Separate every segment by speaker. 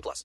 Speaker 1: plus.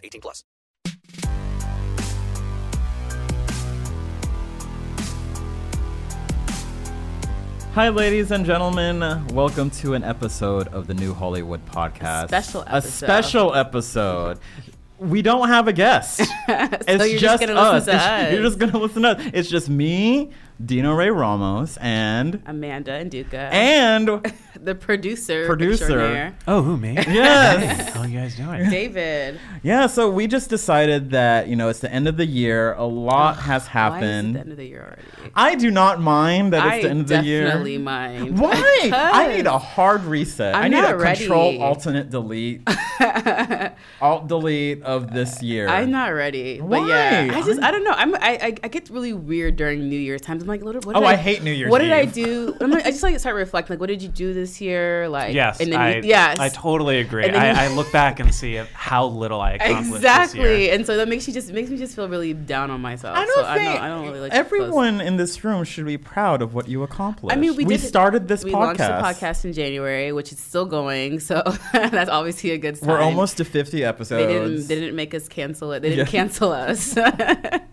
Speaker 1: 18 plus.
Speaker 2: Hi, ladies and gentlemen. Welcome to an episode of the New Hollywood Podcast.
Speaker 3: special
Speaker 2: A
Speaker 3: episode.
Speaker 2: special episode. We don't have a guest. it's
Speaker 3: you're just gonna
Speaker 2: us.
Speaker 3: listen to
Speaker 2: It's-
Speaker 3: us.
Speaker 2: You're just gonna listen to us. It's just me, Dino Ray Ramos, and
Speaker 3: Amanda and Duca.
Speaker 2: and
Speaker 3: the producer.
Speaker 2: Producer.
Speaker 3: extraordinaire,
Speaker 4: Oh, who, me?
Speaker 2: yes,
Speaker 4: How you guys doing?
Speaker 3: David.
Speaker 2: yeah. So we just decided that you know it's the end of the year. A lot has
Speaker 3: Why is it
Speaker 2: happened.
Speaker 3: the end of the year already?
Speaker 2: I do not mind that it's
Speaker 3: I
Speaker 2: the end of the year.
Speaker 3: definitely mind.
Speaker 2: Why? I
Speaker 3: Because-
Speaker 2: need a hard reset. i
Speaker 3: I'm
Speaker 2: need
Speaker 3: not
Speaker 2: a
Speaker 3: ready.
Speaker 2: control alternate delete. alt delete of this year.
Speaker 3: I'm not ready.
Speaker 2: Why?
Speaker 3: But yeah, I just
Speaker 2: I'm-
Speaker 3: I don't know. I'm I, I, I get really weird during New Year's times. I'm like, what, did- what
Speaker 2: Oh,
Speaker 3: did
Speaker 2: I hate New Year's
Speaker 3: What did I
Speaker 2: Eve.
Speaker 3: do? I'm like, I just like start reflecting. Like, what did you do this year? Like,
Speaker 5: Yes,
Speaker 3: and then
Speaker 5: I,
Speaker 3: you, yes,
Speaker 5: I totally agree.
Speaker 3: And then
Speaker 5: I, I
Speaker 3: you-
Speaker 5: look back and see how little I accomplished this
Speaker 3: exactly.
Speaker 5: year.
Speaker 3: And so that makes you just makes me just feel really down on myself.
Speaker 2: I don't
Speaker 3: so
Speaker 2: think
Speaker 3: I don't, I don't really like
Speaker 2: everyone in this room should be proud of what you accomplished.
Speaker 3: I mean, we,
Speaker 2: we
Speaker 3: did,
Speaker 2: started this
Speaker 3: we
Speaker 2: podcast.
Speaker 3: launched the podcast in January, which is still going, so that's obviously a good sign.
Speaker 2: We're almost to 50
Speaker 3: They
Speaker 2: episodes.
Speaker 3: didn't, they didn't make us cancel it. They didn't
Speaker 2: Yeah.
Speaker 3: cancel us.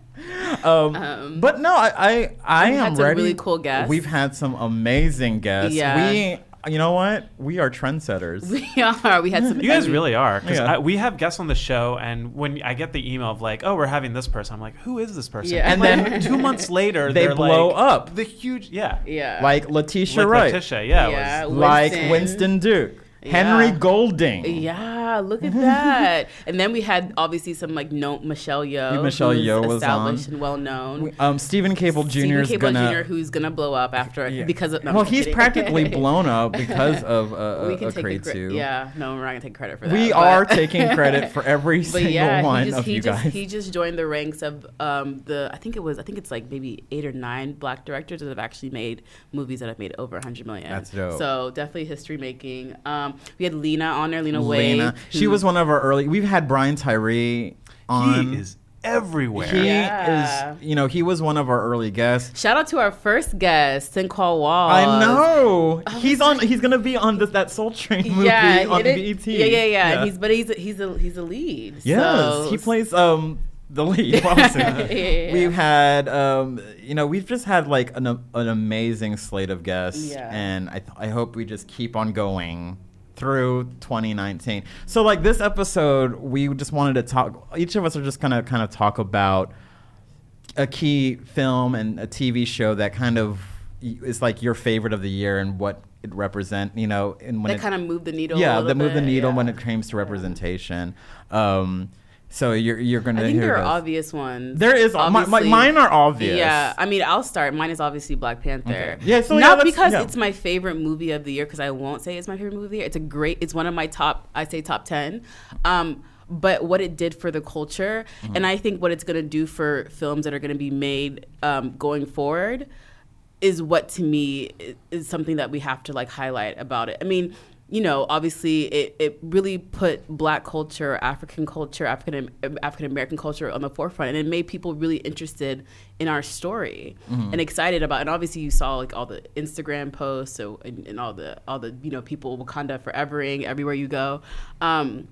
Speaker 2: Um, but no, I I, I
Speaker 3: We've
Speaker 2: am
Speaker 3: had some
Speaker 2: ready.
Speaker 3: really cool guests.
Speaker 2: We've had some amazing guests.
Speaker 3: Yeah.
Speaker 2: We you know what? We are trendsetters.
Speaker 3: we are. We had some.
Speaker 5: You guys really are because
Speaker 2: Yeah.
Speaker 5: we have guests on the show, and when I get the email of like, "Oh, we're having this person," I'm like, "Who is this person?"
Speaker 3: Yeah.
Speaker 5: And
Speaker 2: And
Speaker 5: then two months later,
Speaker 2: They
Speaker 5: they're
Speaker 2: blow
Speaker 5: like,
Speaker 2: up.
Speaker 5: The huge, yeah,
Speaker 3: Yeah.
Speaker 2: like Letitia
Speaker 5: like
Speaker 2: Wright.
Speaker 5: Letitia, yeah, it
Speaker 3: Yeah.
Speaker 5: was-
Speaker 2: Like
Speaker 3: Winston.
Speaker 2: Winston Duke. Henry Golding.
Speaker 3: Yeah, look at that. and then we had obviously some like no Michelle Yeoh.
Speaker 2: Michelle
Speaker 3: who's
Speaker 2: Yeoh was
Speaker 3: established
Speaker 2: on.
Speaker 3: and well known.
Speaker 2: Um, Stephen Cable Jr.
Speaker 3: Stephen
Speaker 2: is
Speaker 3: Cable
Speaker 2: gonna.
Speaker 3: Jr. who's gonna blow up after
Speaker 2: Yeah.
Speaker 3: because of no, I'm
Speaker 2: well,
Speaker 3: just
Speaker 2: he's
Speaker 3: kidding.
Speaker 2: practically blown up because of uh,
Speaker 3: we
Speaker 2: uh,
Speaker 3: can
Speaker 2: a
Speaker 3: take
Speaker 2: Creed
Speaker 3: the cre-
Speaker 2: two.
Speaker 3: Yeah, no, we're not gonna take credit for that.
Speaker 2: we
Speaker 3: but-
Speaker 2: are taking credit for every single
Speaker 3: But yeah,
Speaker 2: one
Speaker 3: he just,
Speaker 2: of
Speaker 3: he
Speaker 2: you
Speaker 3: just
Speaker 2: guys.
Speaker 3: he just joined the ranks of um, the I think it was I think it's like maybe eight or nine black directors that have actually made movies that have made over 100 million.
Speaker 2: That's dope.
Speaker 3: So definitely history making. Um, we had Lena on there, Lena Wade.
Speaker 2: Lena, she was one of our early. We've had Brian Tyree on.
Speaker 5: he is everywhere.
Speaker 2: He
Speaker 3: Yeah.
Speaker 2: is. You know, he was one of our early guests.
Speaker 3: Shout out to our first guest, Sinkal Wall.
Speaker 2: I know he's on. He's gonna be on this, that Soul Train movie
Speaker 3: Oh, Yeah,
Speaker 2: on E
Speaker 3: it is-
Speaker 2: BET.
Speaker 3: yeah, yeah, yeah, And he's but he's a, he's a he's a lead.
Speaker 2: Yes,
Speaker 3: so-
Speaker 2: he plays um the lead. obviously.
Speaker 3: yeah,
Speaker 2: We've had um you know we've just had like an an amazing slate of guests,
Speaker 3: Yeah.
Speaker 2: and I th- I hope we just keep on going through 2019. So like this episode, we just wanted to talk. Each of us are just gonna kind of talk about a key film and a TV show that kind of y- is like your favorite of the year and what it represent. You know, and when
Speaker 3: that
Speaker 2: it,
Speaker 3: kind of moved the needle. a
Speaker 2: yeah,
Speaker 3: little
Speaker 2: that move the
Speaker 3: bit,
Speaker 2: needle
Speaker 3: yeah.
Speaker 2: when it comes to representation. Um, so you're you're gonna
Speaker 3: I think
Speaker 2: hear
Speaker 3: there are
Speaker 2: this.
Speaker 3: obvious ones.
Speaker 2: There is ob- my- my-
Speaker 3: Obviously-
Speaker 2: mine are obvious.
Speaker 3: Yeah, I mean, I'll start. Mine is obviously Black Panther.
Speaker 2: Yeah, so yeah,
Speaker 3: not
Speaker 2: let's-
Speaker 3: because
Speaker 2: yeah.
Speaker 3: it's my favorite movie of the year, because I won't say it's my favorite movie of the year. It's a great. It's one of my top. I say top ten. Um, but what it did for the culture,
Speaker 2: Mm-hmm.
Speaker 3: and I think what it's going to do for films that are going to be made um, going forward, is what to me i- is something that we have to like highlight about it. I mean, you know, obviously it, it really put black culture, African culture, African African American culture on the forefront and it made people really interested in our story and excited about and obviously you saw like all the Instagram posts so and, and all the all the you know people Wakanda forevering everywhere you go. Um,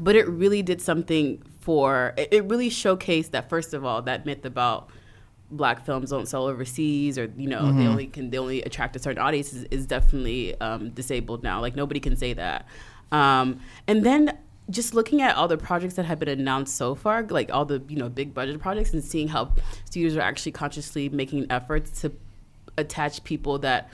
Speaker 3: but it really did something for it, it really showcased that first of all that myth about black films don't sell overseas or you know they only can they only attract a certain audience is, is definitely um, disabled now like nobody can say that um, and then just looking at all the projects that have been announced so far, like all the you know big budget projects, and seeing how studios are actually consciously making efforts to attach people that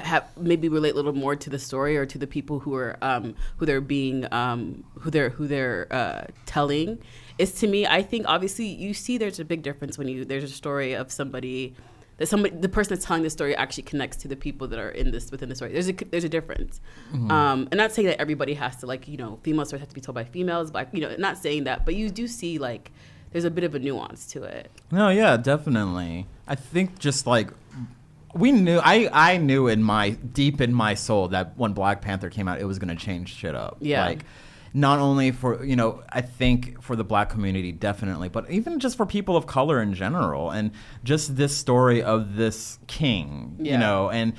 Speaker 3: have maybe relate a little more to the story or to the people who are um, who they're being um, who they're who they're uh, telling is to me I think obviously you see there's a big difference when you there's a story of somebody that somebody the person that's telling the story actually connects to the people that are in this within the story there's a there's a difference um, and not saying that everybody has to like you know female stories have to be told by females but you know not saying that but you do see like there's a bit of a nuance to it
Speaker 2: No, yeah, definitely. I think just like we knew I I knew in my deep in my soul that when Black Panther came out it was going to change shit up.
Speaker 3: Yeah.
Speaker 2: Like not only for you know i think for the black community definitely but even just for people of color in general and just this story of this king you
Speaker 3: Yeah.
Speaker 2: know and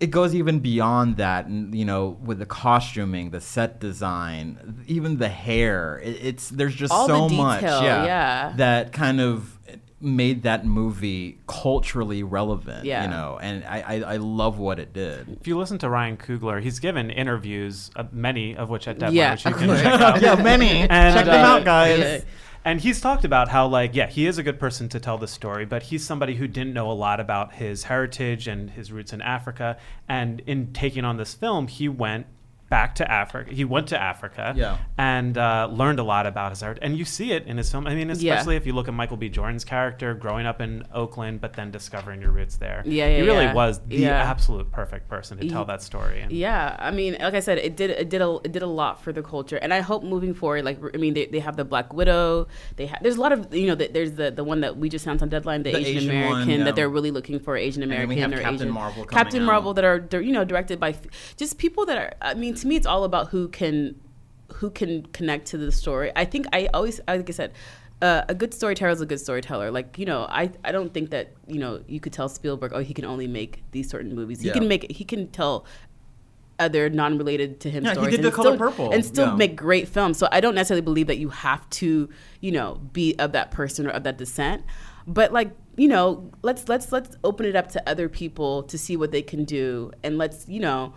Speaker 2: it goes even beyond that and you know with the costuming the set design even the hair it, it's there's just
Speaker 3: All
Speaker 2: so
Speaker 3: the
Speaker 2: much
Speaker 3: detail,
Speaker 2: yeah,
Speaker 3: yeah.
Speaker 2: that kind of made that movie culturally relevant
Speaker 3: Yeah.
Speaker 2: you know and I, I i love what it did
Speaker 5: If you listen to Ryan Coogler, he's given interviews, uh, many of which at Deadline,
Speaker 3: Yeah.
Speaker 5: which you can check out.
Speaker 2: yeah many
Speaker 5: And,
Speaker 2: check them
Speaker 5: uh,
Speaker 2: out guys
Speaker 3: yeah.
Speaker 5: And he's talked about how, like, yeah, he is a good person to tell the story, but he's somebody who didn't know a lot about his heritage and his roots in Africa. And in taking on this film, he went back to Africa. He went to Africa
Speaker 2: Yeah.
Speaker 5: and uh, learned a lot about his art. And you see it in his film. I mean,
Speaker 3: Yeah.
Speaker 5: especially if you look at Michael B. Jordan's character growing up in Oakland, but then discovering your roots there.
Speaker 3: Yeah, yeah,
Speaker 5: He really
Speaker 3: yeah.
Speaker 5: was the
Speaker 3: Yeah.
Speaker 5: absolute perfect person to tell that story. And
Speaker 3: Yeah, I mean, like I said, it did it did a it did a lot for the culture, and I hope moving forward, like I mean, they, they have the Black Widow, they have there's a lot of you know that there's the the one that we just announced on deadline, the,
Speaker 2: The
Speaker 3: Asian,
Speaker 2: Asian
Speaker 3: American
Speaker 2: one, yeah.
Speaker 3: that they're really looking for Asian
Speaker 2: then
Speaker 3: American
Speaker 2: we
Speaker 3: or
Speaker 2: have Captain
Speaker 3: Asian
Speaker 2: Marvel coming
Speaker 3: Captain
Speaker 2: out.
Speaker 3: Marvel that are dir- you know directed by f- just people that are. I mean, to me, it's all about who can who can connect to the story. I think I always, like I said, uh, a good storyteller is a good storyteller. Like you know, I I don't think that you know you could tell Spielberg, oh, he can only make these certain movies. He
Speaker 2: Yeah.
Speaker 3: can make he can tell other non-related to him
Speaker 2: Yeah, he
Speaker 3: stories
Speaker 2: did The
Speaker 3: and
Speaker 2: Color
Speaker 3: still,
Speaker 2: Purple.
Speaker 3: and still
Speaker 2: Yeah.
Speaker 3: make great films. So I don't necessarily believe that you have to, you know, be of that person or of that descent. But like, you know, let's let's let's open it up to other people to see what they can do, and let's, you know,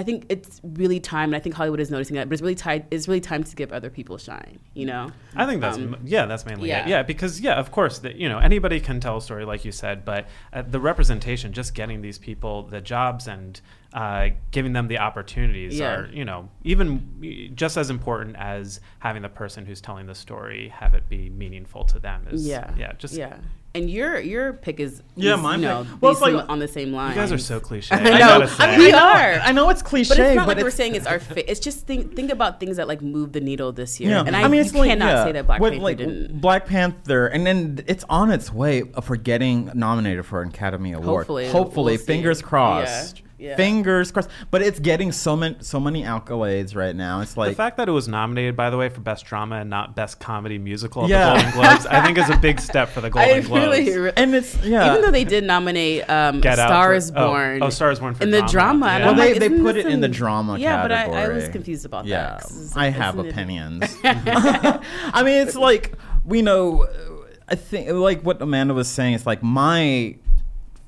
Speaker 3: I think it's really time, and I think Hollywood is noticing that. But it's really time. It's really time to give other people shine. You know.
Speaker 5: I think that's m yeah, that's mainly
Speaker 3: yeah.
Speaker 5: it. Yeah, because yeah, of course, that you know anybody can tell a story like you said, but uh, the representation, just getting these people the jobs and uh, giving them the opportunities,
Speaker 3: Yeah.
Speaker 5: are you know even just as important as having the person who's telling the story have it be meaningful to them. Is,
Speaker 3: Yeah.
Speaker 5: yeah, just
Speaker 3: yeah. And your your pick is
Speaker 2: Yeah,
Speaker 3: is,
Speaker 2: my
Speaker 3: you know,
Speaker 2: pick- well, it's
Speaker 3: these
Speaker 2: like-
Speaker 3: on the same line.
Speaker 5: You guys are so cliche.
Speaker 3: I
Speaker 5: I
Speaker 3: know.
Speaker 5: gotta
Speaker 3: I
Speaker 5: say.
Speaker 3: mean, we are.
Speaker 2: I know it's cliche,
Speaker 3: But it's not
Speaker 2: but
Speaker 3: like we're
Speaker 2: it's-
Speaker 3: saying it's our. Fa- it's just think think about things that like move the needle this year.
Speaker 2: Yeah.
Speaker 3: And I, you cannot say that Black
Speaker 2: What,
Speaker 3: Panther
Speaker 2: like,
Speaker 3: didn't.
Speaker 2: Black Panther, and then it's on its way for getting nominated for an Academy Award.
Speaker 3: Hopefully, we'll see.
Speaker 2: fingers crossed.
Speaker 3: Yeah, yeah.
Speaker 2: Fingers crossed. But it's getting so many so many accolades right now. It's like
Speaker 5: the fact that it was nominated, by the way, for Best Drama and not Best Comedy Musical at
Speaker 2: Yeah.
Speaker 5: the Golden Globes, I think is a big step for the Golden
Speaker 3: I
Speaker 5: Globes.
Speaker 3: really, re-
Speaker 2: and it's yeah.
Speaker 3: even though they did nominate um,
Speaker 5: Get Out
Speaker 3: Star
Speaker 5: for-
Speaker 3: Is
Speaker 5: oh,
Speaker 3: Born.
Speaker 5: oh, Star Is Born for
Speaker 3: in the
Speaker 5: drama,
Speaker 3: drama.
Speaker 5: yeah.
Speaker 3: and
Speaker 5: Well,
Speaker 3: I'm
Speaker 2: they,
Speaker 3: like,
Speaker 2: they
Speaker 3: isn't
Speaker 2: put
Speaker 3: this
Speaker 2: it in the
Speaker 3: an-
Speaker 2: drama
Speaker 3: Yeah,
Speaker 2: category.
Speaker 3: but I, I was confused about
Speaker 2: yeah.
Speaker 3: that. 'cause it's
Speaker 2: I
Speaker 3: like,
Speaker 2: have
Speaker 3: isn't it-
Speaker 2: opinions. I mean, it's like we know. uh, I think like what Amanda was saying. It's like my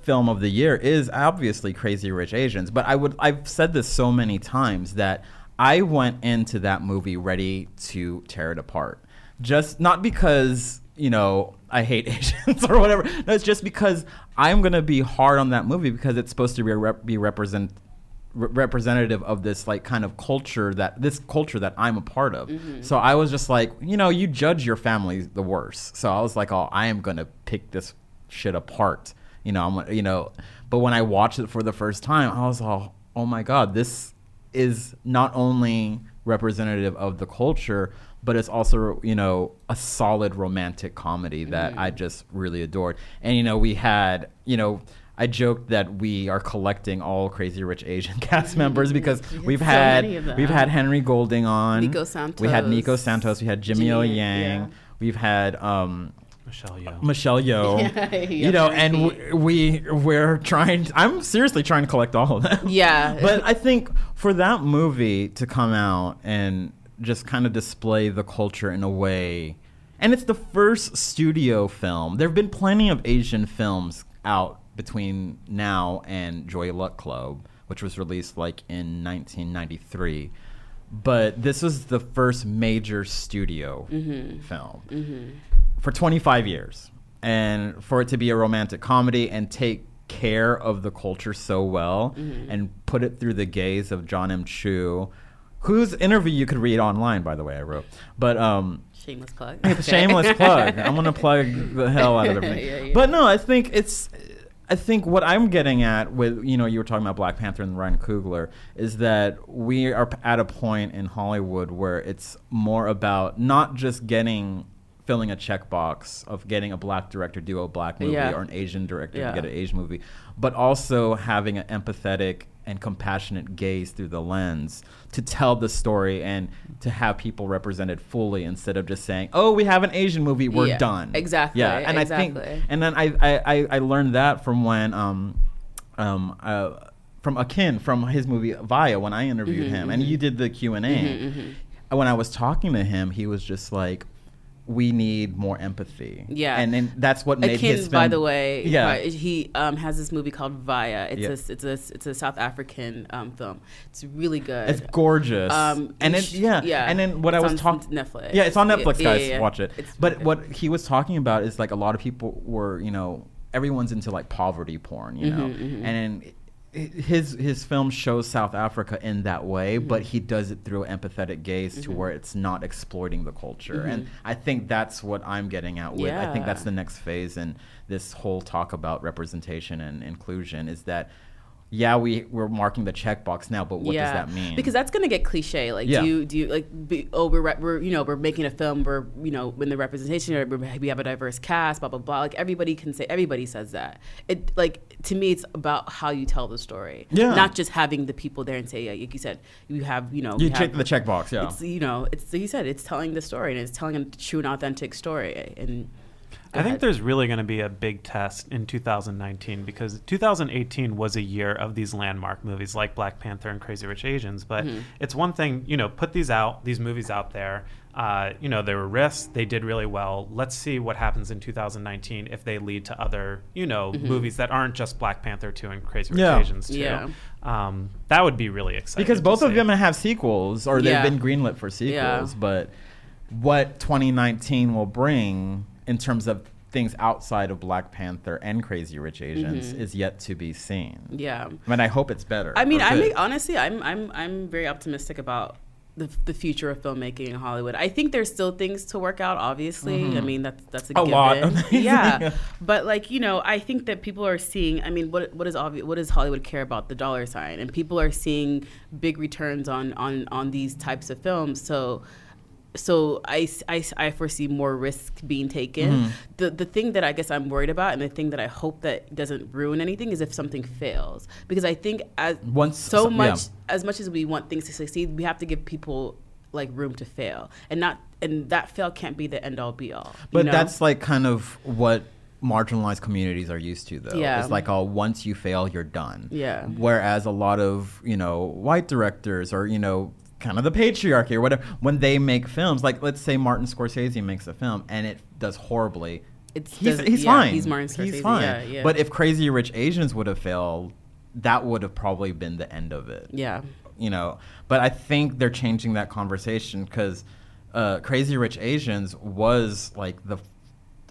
Speaker 2: film of the year is obviously Crazy Rich Asians, but I would I've said this so many times that I went into that movie ready to tear it apart. Just not because you know I hate Asians or whatever. No, it's just because I'm gonna be hard on that movie because it's supposed to be a rep- be represent re- representative of this like kind of culture that this culture that I'm a part of. So I was just like, you know, you judge your family the worst. So I was like, oh, I am gonna pick this shit apart. You know, I'm gonna- you know, but when I watched it for the first time, I was all, oh my god, this is not only representative of the culture, but it's also you know a solid romantic comedy that I
Speaker 3: Mm-hmm.
Speaker 2: just really adored. And you know we had you know I joked that we are collecting all Crazy Rich Asian
Speaker 3: Mm-hmm.
Speaker 2: cast members because we've
Speaker 3: many of
Speaker 2: had we've
Speaker 3: them.
Speaker 2: had Henry Golding on,
Speaker 3: Nico
Speaker 2: we had Nico
Speaker 3: Santos.
Speaker 2: Santos, we had Jimmy,
Speaker 3: Jimmy,
Speaker 2: O Yang,
Speaker 3: yeah.
Speaker 2: we've had um,
Speaker 5: Michelle Yeoh.
Speaker 2: Michelle Yeoh, you know, and w- we we're trying. I'm seriously trying to collect all of them
Speaker 3: Yeah,
Speaker 2: but I think for that movie to come out and just kind of display the culture in a way, and it's the first studio film. There have been plenty of Asian films out between now and Joy Luck Club, which was released like in 1993. but this was the first major studio film for 25 years. And for it to be a romantic comedy and take care of the culture so well and put it through the gaze of John M. Chu, whose interview you could read online, by the way, I wrote. But um,
Speaker 3: Shameless plug.
Speaker 2: shameless plug. I'm gonna plug the hell out of everything.
Speaker 3: Yeah, yeah.
Speaker 2: But no, I think it's. I think what I'm getting at with you know you were talking about Black Panther and Ryan Coogler is that we are p- at a point in Hollywood where it's more about not just getting filling a checkbox of getting a black director do a black movie
Speaker 3: Yeah.
Speaker 2: or an Asian director
Speaker 3: Yeah.
Speaker 2: to get an Asian movie, but also having an empathetic and compassionate gaze through the lens to tell the story and to have people represented fully instead of just saying, "Oh, we have an Asian movie, we're
Speaker 3: Yeah,
Speaker 2: done."
Speaker 3: exactly,
Speaker 2: Yeah, and I
Speaker 3: exactly.
Speaker 2: think, and then I I, I, I learned that from when um um uh, from Akin from his movie Via when I interviewed
Speaker 3: Mm-hmm,
Speaker 2: him and you did the Q and A. When I was talking to him, he was just like. We need more empathy.
Speaker 3: Yeah.
Speaker 2: and then that's what made
Speaker 3: Akin,
Speaker 2: his film.
Speaker 3: by the way,
Speaker 2: yeah,
Speaker 3: by- he um, has this movie called Via. It's
Speaker 2: Yeah.
Speaker 3: a it's a it's a South African um, film. It's really good.
Speaker 2: It's gorgeous.
Speaker 3: Um,
Speaker 2: and
Speaker 3: you
Speaker 2: it,
Speaker 3: sh-
Speaker 2: yeah.
Speaker 3: yeah.
Speaker 2: And then what
Speaker 3: It's
Speaker 2: I was
Speaker 3: on
Speaker 2: talking
Speaker 3: Netflix.
Speaker 2: Yeah, it's on
Speaker 3: Yeah,
Speaker 2: Netflix,
Speaker 3: yeah,
Speaker 2: guys.
Speaker 3: yeah, yeah.
Speaker 2: Watch it.
Speaker 3: It's
Speaker 2: but
Speaker 3: okay.
Speaker 2: what he was talking about is like a lot of people were, you know, everyone's into like poverty porn,
Speaker 3: Mm-hmm,
Speaker 2: you know, and then i- his his film shows South Africa in that way,
Speaker 3: Mm-hmm.
Speaker 2: but he does it through an empathetic gaze to where it's not exploiting the culture, and I think that's what I'm getting at with. I think
Speaker 3: Mm-hmm. Yeah.
Speaker 2: that's the next phase in this whole talk about representation and inclusion is that. Yeah, we, we're marking the checkbox now, but what does that mean?
Speaker 3: Because that's gonna get cliche. Like,
Speaker 2: Yeah.
Speaker 3: do you do you like? Be, oh, we're, rep- we're you know we're making a film. We're you know in the representation. Or we're- we have a diverse cast. Blah blah blah. Like everybody can say. Everybody says that. It like to me, it's about how you tell the story.
Speaker 2: Yeah.
Speaker 3: Not just having the people there and say, like you said, you have you know
Speaker 2: You
Speaker 3: we
Speaker 2: check
Speaker 3: have-
Speaker 2: the checkbox, yeah.
Speaker 3: It's you know it's like you said it's telling the story and it's telling a true and authentic story and.
Speaker 5: I think there's really going to be a big test in 2019 because 2018 was a year of these landmark movies like Black Panther and Crazy Rich Asians. But it's one thing, you know, put these out, these movies out there. Uh, you know, they were risks. They did really well. Let's see what happens in 2019 if they lead to other, you know, movies that aren't just Black Panther 2 and Crazy Rich
Speaker 2: Yeah.
Speaker 5: Asians 2.
Speaker 3: Yeah.
Speaker 5: Um, that would be really exciting.
Speaker 2: because
Speaker 5: to
Speaker 2: both of
Speaker 5: see. Uh,
Speaker 2: them have sequels or
Speaker 3: Yeah.
Speaker 2: they've been greenlit for sequels
Speaker 3: Yeah.
Speaker 2: but what 2019 will bring in terms of things outside of black panther and crazy rich asians is yet to be seen
Speaker 3: Mm-hmm. Yeah.
Speaker 2: i mean i hope it's better
Speaker 3: I mean,
Speaker 2: or
Speaker 3: I'm
Speaker 2: good.
Speaker 3: honestly, I'm I'm I'm very optimistic about the, the future of filmmaking in Hollywood. I think there's still things to work out. Obviously, I mean that's that's a,
Speaker 2: Mm-hmm. A
Speaker 3: given.
Speaker 2: lot of things,
Speaker 3: yeah, but like you know, I think that people are seeing. I mean, what what is obvious? What does Hollywood care about? The dollar sign, and people are seeing big returns on on on these types of films. So. So I, s- I s- I foresee more risk being taken.
Speaker 2: Mm-hmm.
Speaker 3: The the thing that I guess I'm worried about, and the thing that I hope that doesn't ruin anything, is if something fails. Because I think as
Speaker 2: Once-
Speaker 3: so
Speaker 2: yeah.
Speaker 3: much as much as we want things to succeed, we have to give people like room to fail, and not and that fail can't be the end all be all. you
Speaker 2: But
Speaker 3: know?
Speaker 2: that's like kind of what marginalized communities are used to, though.
Speaker 3: Yeah.
Speaker 2: It's like, oh, once you fail, you're done.
Speaker 3: Yeah.
Speaker 2: Whereas a lot of, you know, white directors or, you know, kind of the patriarchy or whatever, when they make films, like let's say Martin Scorsese makes a film and it does horribly.
Speaker 3: It's-
Speaker 2: he's,
Speaker 3: does-
Speaker 2: he's
Speaker 3: yeah,
Speaker 2: fine.
Speaker 3: he's Martin Scorsese,
Speaker 2: He's fine.
Speaker 3: yeah, yeah.
Speaker 2: But if Crazy Rich Asians would have failed, that would have probably been the end of it
Speaker 3: yeah,
Speaker 2: you know but i think they're changing that conversation because uh, crazy rich asians was like the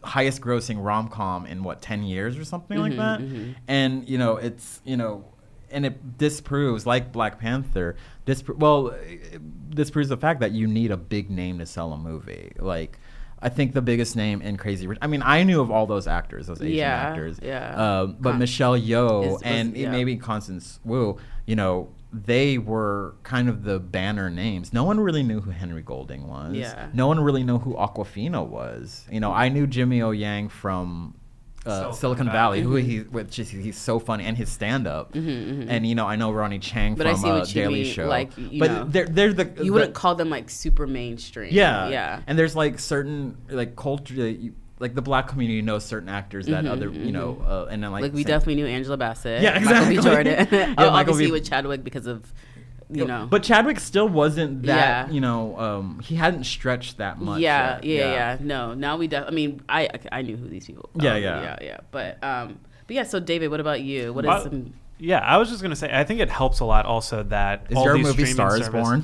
Speaker 2: highest grossing rom-com in what 10 years or something
Speaker 3: Mm-hmm,
Speaker 2: like that and you know it's you know and it disproves like black panther dispro- well it disproves the fact that you need a big name to sell a movie like I think the biggest name in Crazy Rich. I mean, I knew of all those actors, those Asian
Speaker 3: Yeah,
Speaker 2: actors.
Speaker 3: yeah.
Speaker 2: Um, but
Speaker 3: Con-
Speaker 2: Michelle
Speaker 3: Is-
Speaker 2: Yeoh
Speaker 3: was-
Speaker 2: and
Speaker 3: yeah.
Speaker 2: maybe Constance Wu, you know, they were kind of the banner names. No one really knew who Henry Golding was.
Speaker 3: Yeah.
Speaker 2: No one really knew who Aquafina was. You know, I knew Jimmy O Yang from uh,
Speaker 5: Silicon
Speaker 2: Silicon Valley, who
Speaker 3: Mm-hmm.
Speaker 2: he which is, he's so funny and his stand up. And you know, I know Ronnie Chang
Speaker 3: But I
Speaker 2: from
Speaker 3: see
Speaker 2: uh,
Speaker 3: what you
Speaker 2: Daily
Speaker 3: mean,
Speaker 2: Show.
Speaker 3: like, you
Speaker 2: but
Speaker 3: know.
Speaker 2: they're they're the
Speaker 3: you wouldn't call them like super mainstream.
Speaker 2: Uh, yeah,
Speaker 3: yeah.
Speaker 2: And there's like certain like culture, that you- like the black community knows certain actors that other you know, uh, and then like
Speaker 3: Mm-hmm, like we
Speaker 2: same-
Speaker 3: definitely knew Angela Bassett.
Speaker 2: Yeah,
Speaker 3: Michael B.
Speaker 2: exactly.
Speaker 3: Jordan.
Speaker 2: Yeah,
Speaker 3: Oh,
Speaker 2: Michael
Speaker 3: obviously
Speaker 2: B.
Speaker 3: with Chadwick because of you know.
Speaker 2: But Chadwick still wasn't that,
Speaker 3: Yeah.
Speaker 2: you know, um, he hadn't stretched that much.
Speaker 3: yeah,
Speaker 2: yet.
Speaker 3: yeah, yeah, No, now we. Def- I mean, I I knew who these people.
Speaker 2: Yeah,
Speaker 3: um,
Speaker 2: yeah.
Speaker 3: yeah, yeah. But um, but yeah. So David, what about you? What is
Speaker 5: Well,
Speaker 3: some?
Speaker 5: Yeah, I was just gonna say. I think it helps a lot also that
Speaker 2: Is
Speaker 5: all
Speaker 2: your
Speaker 5: these
Speaker 2: movie
Speaker 5: streaming
Speaker 2: Stars
Speaker 5: service-
Speaker 2: Born?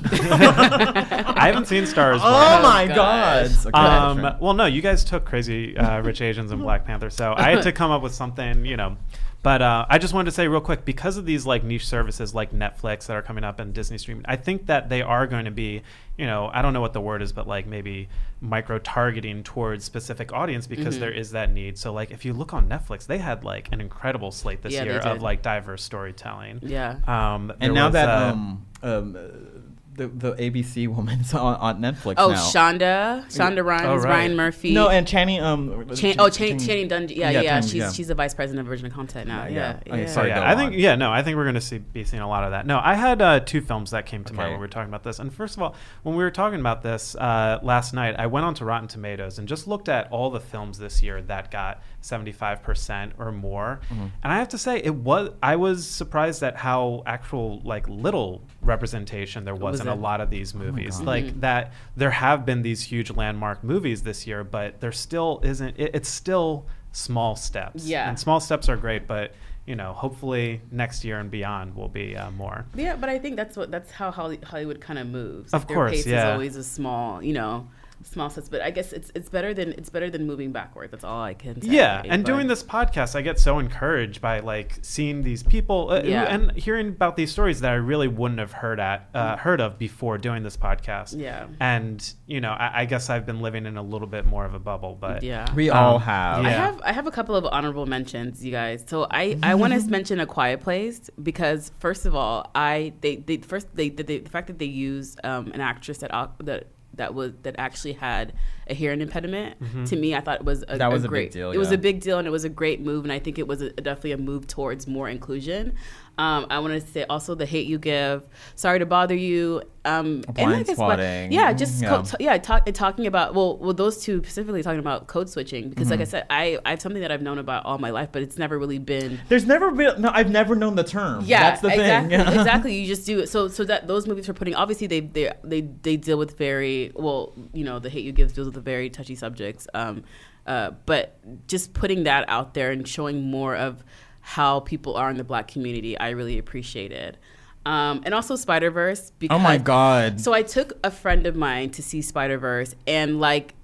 Speaker 5: I haven't seen Stars Born.
Speaker 2: oh my god!
Speaker 3: gosh.
Speaker 2: Okay,
Speaker 5: Um,
Speaker 2: different.
Speaker 5: well, no, you guys took Crazy uh, Rich Asians and Black Panther, so I had to come up with something, you know. But uh, I just wanted to say real quick because of these like niche services like Netflix that are coming up and Disney streaming, I think that they are going to be, you know, I don't know what the word is, but like maybe micro targeting towards specific audience
Speaker 3: Mm-hmm.
Speaker 5: because there is that need. So like if you look on Netflix, they had like an incredible slate this
Speaker 3: Yeah, they
Speaker 5: year
Speaker 3: did.
Speaker 5: of like diverse storytelling.
Speaker 3: Yeah.
Speaker 5: Um, there
Speaker 2: and now
Speaker 5: was,
Speaker 2: that
Speaker 5: uh,
Speaker 2: um, um, uh, the the ABC woman's on, on Netflix
Speaker 3: Oh,
Speaker 2: now.
Speaker 3: Shonda, Shonda Rhimes,
Speaker 5: Oh, right.
Speaker 3: Ryan Murphy.
Speaker 2: No, and Channing. Um,
Speaker 3: Chan- oh, Channing, Channing Dundee. Yeah, yeah,
Speaker 2: Channing,
Speaker 3: she's she's the vice president of Virgin Content now. Yeah,
Speaker 2: yeah.
Speaker 3: yeah.
Speaker 2: Okay, sorry.
Speaker 5: yeah,
Speaker 2: go
Speaker 5: I think
Speaker 2: on.
Speaker 5: yeah, no, I think we're going to see be seeing a lot of that. No, I had uh, two films that came to mind
Speaker 2: Okay.
Speaker 5: when we were talking about this. And first of all, when we were talking about this uh, last night, I went onto Rotten Tomatoes and just looked at all the films this year that got seventy five percent or more.
Speaker 2: Mm-hmm.
Speaker 5: And I have to say, it was I was surprised at how actual like little representation there was,
Speaker 3: was
Speaker 5: in
Speaker 3: it?
Speaker 5: a Mm-hmm. lot of
Speaker 2: Oh
Speaker 5: these movies. like that, there have been these huge landmark movies this year, but there still isn't. It, it's still small steps.
Speaker 3: Yeah.
Speaker 5: And small steps are great, but you know, hopefully next year and beyond will be uh, more.
Speaker 3: Yeah, but I think that's what that's how Holly- Hollywood kind of moves.
Speaker 5: Of
Speaker 3: their
Speaker 5: course,
Speaker 3: pace is
Speaker 5: yeah.
Speaker 3: always a small, you know, small sets. But I guess it's it's better than it's better than moving backwards. That's all I can say.
Speaker 5: Yeah, and
Speaker 3: But-
Speaker 5: doing this podcast, I get so encouraged by like seeing these people uh, who-
Speaker 3: Yeah.
Speaker 5: and hearing about these stories that I really wouldn't have heard at uh, heard of before doing this podcast.
Speaker 3: Mm-hmm. Yeah.
Speaker 5: and you know, I, I guess I've been living in a little bit more of a bubble, but
Speaker 3: Yeah.
Speaker 2: We all
Speaker 5: Um,
Speaker 2: have.
Speaker 5: yeah.
Speaker 3: I have I have a couple of honorable mentions, you guys. So I, I want to mention a quiet place because first of all, I they, they first they, they the fact that they used um, an actress that au- that that was that actually had a hearing impediment to me I thought was a,
Speaker 2: Mm-hmm. That was a big
Speaker 3: great
Speaker 2: deal,
Speaker 3: it was
Speaker 2: yeah.
Speaker 3: a big deal and it was a great move and I think it was a, definitely a move towards more inclusion. Um, I want to say also the hate you give, sorry to bother you, um,
Speaker 2: Blind
Speaker 3: like, it's-
Speaker 2: spotting.
Speaker 3: Yeah, just
Speaker 2: Yeah.
Speaker 3: co- t- yeah, talk, talking about well, well, those two specifically talking about code switching because, like I
Speaker 2: Mm-hmm.
Speaker 3: said, I I have something that I've known about all my life, but it's never really been.
Speaker 2: There's never been. No, I've never known the term.
Speaker 3: Yeah,
Speaker 2: that's the
Speaker 3: exactly,
Speaker 2: thing.
Speaker 3: exactly. You just do it. So, so that those movies were putting. Obviously, they they they they deal with very well. You know, the hate you give deals with the very touchy subjects. Um, uh, but just putting that out there and showing more of how people are in the black community, I really appreciated. Um, and also Spider Verse.
Speaker 2: oh my god.
Speaker 3: So I took a friend of mine to see Spider Verse, and like,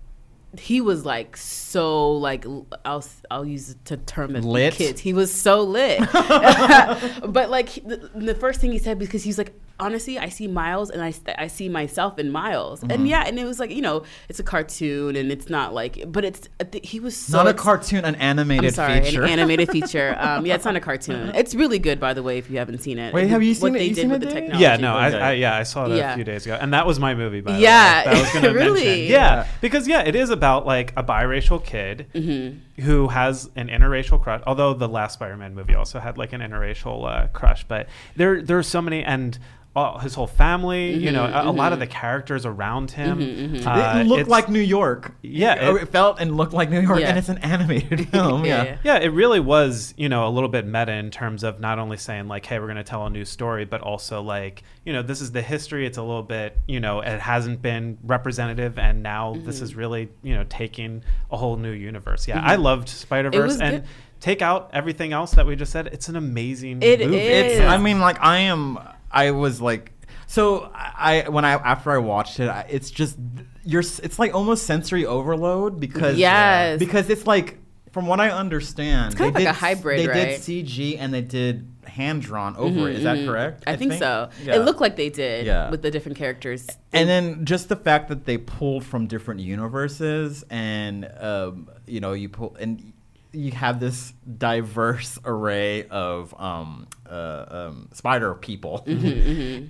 Speaker 3: he was like so like l- I'll s- I'll use the term that
Speaker 2: Lit?
Speaker 3: kids. He was so lit, but like he- the, the first thing he said because he was like. Honestly, I see Miles and I, s- I see myself in Miles.
Speaker 2: Mm-hmm.
Speaker 3: And yeah, and it was like, you know, it's a cartoon and it's not like, but it's, I thi- he was so.
Speaker 2: not a
Speaker 3: ex-
Speaker 2: cartoon, an animated
Speaker 3: I'm sorry,
Speaker 2: feature.
Speaker 3: an animated feature. Um, yeah, it's not a cartoon. It's really good, by the way, if you haven't seen it.
Speaker 2: Wait,
Speaker 3: And
Speaker 2: have you
Speaker 3: what
Speaker 2: seen it?
Speaker 3: they
Speaker 2: You
Speaker 3: did
Speaker 2: seen
Speaker 3: with
Speaker 2: it,
Speaker 3: the
Speaker 2: Dave?
Speaker 3: technology.
Speaker 5: Yeah, no,
Speaker 2: Okay.
Speaker 5: I, I yeah, I saw that
Speaker 3: Yeah.
Speaker 5: a few days ago, and that was my movie. By the way.
Speaker 3: Yeah,
Speaker 5: that I was gonna
Speaker 3: really?
Speaker 5: mention. Yeah, because yeah, it is about like a biracial kid
Speaker 3: Mm-hmm.
Speaker 5: who has an interracial crush. Although the last Spider-Man movie also had like an interracial uh, crush, but there there are so many and. all his whole family, you know, a,
Speaker 3: Mm-hmm,
Speaker 5: a lot of the characters around him. uh,
Speaker 2: it looked
Speaker 5: it's-
Speaker 2: like New York.
Speaker 5: Yeah,
Speaker 2: Or
Speaker 5: it-
Speaker 2: it, felt and looked like New York,
Speaker 3: Yeah.
Speaker 2: and it's an animated film.
Speaker 3: Yeah,
Speaker 2: yeah.
Speaker 3: yeah.
Speaker 5: Yeah, it really was, you know, a little bit meta in terms of not only saying like, "Hey, we're going to tell a new story," but also like, you know, this is the history. It's a little bit, you know, it hasn't been representative, and now
Speaker 3: Mm-hmm.
Speaker 5: this is really, you know, taking a whole new universe. Yeah, I loved Spider
Speaker 3: It was
Speaker 5: Verse, and
Speaker 3: good.
Speaker 5: take out everything else that we just said. It's an amazing.
Speaker 3: It
Speaker 5: movie.
Speaker 3: is.
Speaker 2: It's.
Speaker 3: Yeah.
Speaker 2: I mean, like I am. I was like, so I when I after I watched it, I, it's just you're. s- It's like almost sensory overload because
Speaker 3: Yes.
Speaker 2: because it's like from what I understand,
Speaker 3: kind of
Speaker 2: they
Speaker 3: like a
Speaker 2: did-
Speaker 3: hybrid,
Speaker 2: They
Speaker 3: right? Mm-hmm,
Speaker 2: did CG and they did hand drawn over it. Is that correct?
Speaker 3: I, think, so.
Speaker 2: Yeah.
Speaker 3: It looked like they did
Speaker 2: Yeah.
Speaker 3: with the different characters.
Speaker 2: and then just the fact that they pulled from different universes and um, you know you pull and you have this diverse array of um, uh, um, spider people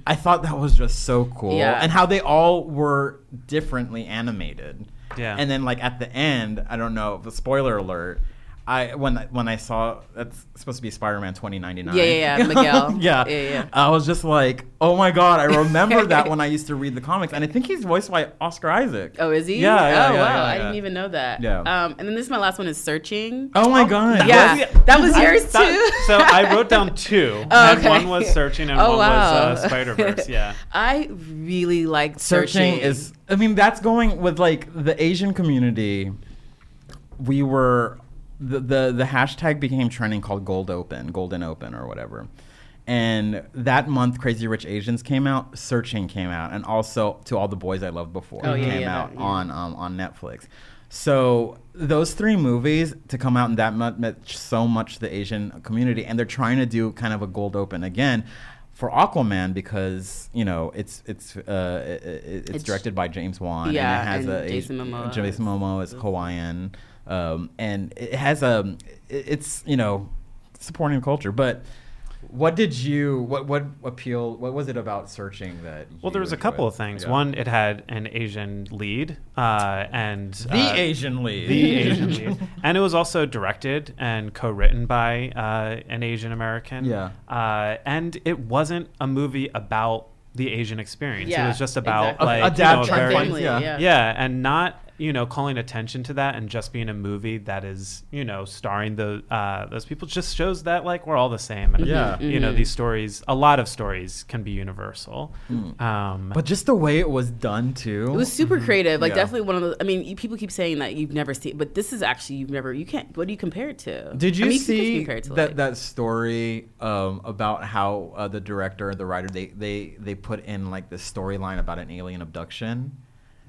Speaker 2: i thought that was just so cool
Speaker 3: Mm-hmm, Yeah.
Speaker 2: and how they all were differently animated
Speaker 5: Yeah.
Speaker 2: and then like at the end i don't know the spoiler alert I when when I saw that's supposed to be Spider-Man 2099.
Speaker 3: Yeah, yeah, yeah, Miguel.
Speaker 2: yeah.
Speaker 3: Yeah, yeah.
Speaker 2: I was just like, oh my god, I remember that when I used to read the comics, and I think he's voiced by Oscar Isaac.
Speaker 3: Oh, is he?
Speaker 2: Yeah. yeah,
Speaker 3: oh,
Speaker 2: yeah,
Speaker 3: wow.
Speaker 2: yeah,
Speaker 3: I
Speaker 2: yeah.
Speaker 3: didn't even know that.
Speaker 2: Yeah.
Speaker 3: Um, and then this is my last one is searching.
Speaker 2: Oh my god.
Speaker 3: yeah. that was
Speaker 5: I-
Speaker 3: yours
Speaker 5: that-
Speaker 3: too?
Speaker 5: so I wrote down two.
Speaker 3: Oh,
Speaker 5: and
Speaker 3: okay.
Speaker 5: One was searching, and
Speaker 3: Oh,
Speaker 5: one
Speaker 3: wow.
Speaker 5: was uh, Spider Verse. Yeah.
Speaker 3: I really liked
Speaker 2: Searching
Speaker 3: searching.
Speaker 2: is. I mean, that's going with like the Asian community. We were the the, the hashtag became trending called Gold Open, Golden Open, or whatever. And that month, Crazy Rich Asians came out, Searching came out, and also To All the Boys I Loved Before
Speaker 3: Oh, yeah,
Speaker 2: came
Speaker 3: yeah,
Speaker 2: out
Speaker 3: that- yeah.
Speaker 2: on um, on Netflix. So those three movies to come out in that much, much so much the Asian community, and they're trying to do kind of a gold open again for Aquaman because you know it's it's uh, it, it's,
Speaker 3: It's-
Speaker 2: directed by James Wan
Speaker 3: Yeah,
Speaker 2: and it has
Speaker 3: and
Speaker 2: a
Speaker 3: Jason
Speaker 2: Asian-
Speaker 3: Momoa
Speaker 2: Jason
Speaker 3: is-
Speaker 2: Momoa is Hawaiian, um, and it has a it- it's you know supporting culture, but. What did you? What what appeal? What was it about searching that?
Speaker 5: Well, there was a couple of things. One, it had an Asian lead, uh, and
Speaker 2: the
Speaker 5: uh,
Speaker 2: Asian lead.
Speaker 5: the Asian lead, and it was also directed and co-written by uh, an Asian American.
Speaker 2: Yeah.
Speaker 5: uh, and it wasn't a movie about the Asian experience. it
Speaker 3: Yeah,
Speaker 5: was just about
Speaker 3: exactly.
Speaker 5: like
Speaker 2: a
Speaker 5: you
Speaker 2: dad
Speaker 5: know,
Speaker 2: trying
Speaker 5: a
Speaker 2: to
Speaker 5: very-
Speaker 2: find-
Speaker 3: Family,
Speaker 2: yeah.
Speaker 3: yeah.
Speaker 5: yeah, and not you know calling attention to that and just being a movie that is you know starring the uh, those people just shows that like we're all the same. And,
Speaker 2: Yeah.
Speaker 3: Mm-hmm,
Speaker 5: you know these stories. A lot of stories can be universal. Um,
Speaker 2: Mm. But just the way it was done too.
Speaker 3: It was super creative. Like
Speaker 2: Mm-hmm. Yeah.
Speaker 3: definitely one of those. I mean, you, people keep saying that you've never seen, but this is actually you've never. You can't. What do you compare it to?
Speaker 2: Did you
Speaker 3: I mean, can
Speaker 2: see
Speaker 3: compare it to,
Speaker 2: that
Speaker 3: like-
Speaker 2: that story um, about how uh, the director and the writer they they they put in like the storyline about an alien abduction?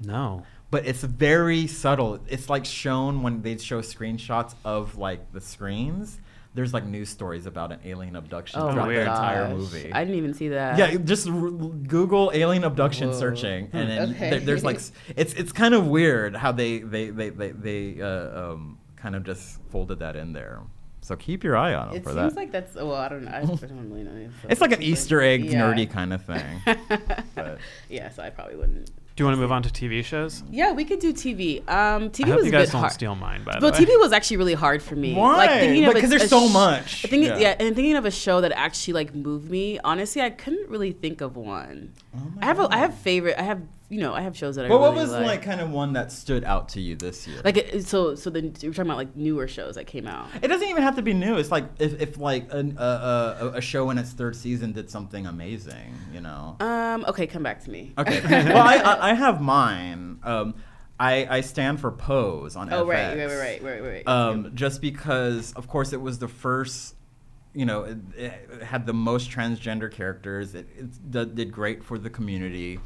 Speaker 5: no.
Speaker 2: But it's very subtle. It's like shown when they show screenshots of like the screens. There's like news stories about an alien abduction
Speaker 3: Oh
Speaker 2: throughout
Speaker 3: my
Speaker 2: the
Speaker 5: weird.
Speaker 2: entire
Speaker 3: gosh.
Speaker 2: movie.
Speaker 3: I didn't even see that.
Speaker 2: Yeah, just r- Google alien abduction searching, and then
Speaker 3: Hmm. Okay.
Speaker 2: there- there's like s- it's it's kind of weird how they they they they, they uh, um, kind of just folded that in there. So keep your eye on 'em
Speaker 3: It
Speaker 2: for
Speaker 3: seems
Speaker 2: that.
Speaker 3: like that's. Well, I don't know. I don't really know. So
Speaker 2: it's like an Easter egg
Speaker 3: Yeah.
Speaker 2: nerdy kind of thing. but
Speaker 3: Yeah, so I probably wouldn't.
Speaker 5: Do you want to move on to TV shows?
Speaker 3: Yeah, we could do TV. Um, TV
Speaker 5: I hope
Speaker 3: was
Speaker 5: you
Speaker 3: a
Speaker 5: guys
Speaker 3: bit
Speaker 5: don't
Speaker 3: hard.
Speaker 5: steal mine, by the
Speaker 3: Well,
Speaker 5: way.
Speaker 3: TV was actually really hard for me.
Speaker 2: Why? Like, 'cause there's so much.
Speaker 3: I think
Speaker 2: Yeah.
Speaker 3: yeah. and thinking of a show that actually like moved me. Honestly, I couldn't really think of one. I have a, I have favorite. I have you know I have shows that I.
Speaker 2: Oh but what
Speaker 3: really
Speaker 2: was like kind of one that stood out to you this year?
Speaker 3: Like it- so, so then you're talking about like newer shows that came out.
Speaker 2: it doesn't even have to be new. It's like if, if like an, uh, uh, a- a show in its third season did something amazing, you know.
Speaker 3: Um, okay, come back to me.
Speaker 2: Okay. well, I, I, I have mine. Um, I, I stand for Pose on
Speaker 3: Oh right,
Speaker 2: FX.
Speaker 3: right, right, right, right, right.
Speaker 2: Um, just because, of course, it was the first. You know, it, it had the most transgender characters. It, it d- did great for the community,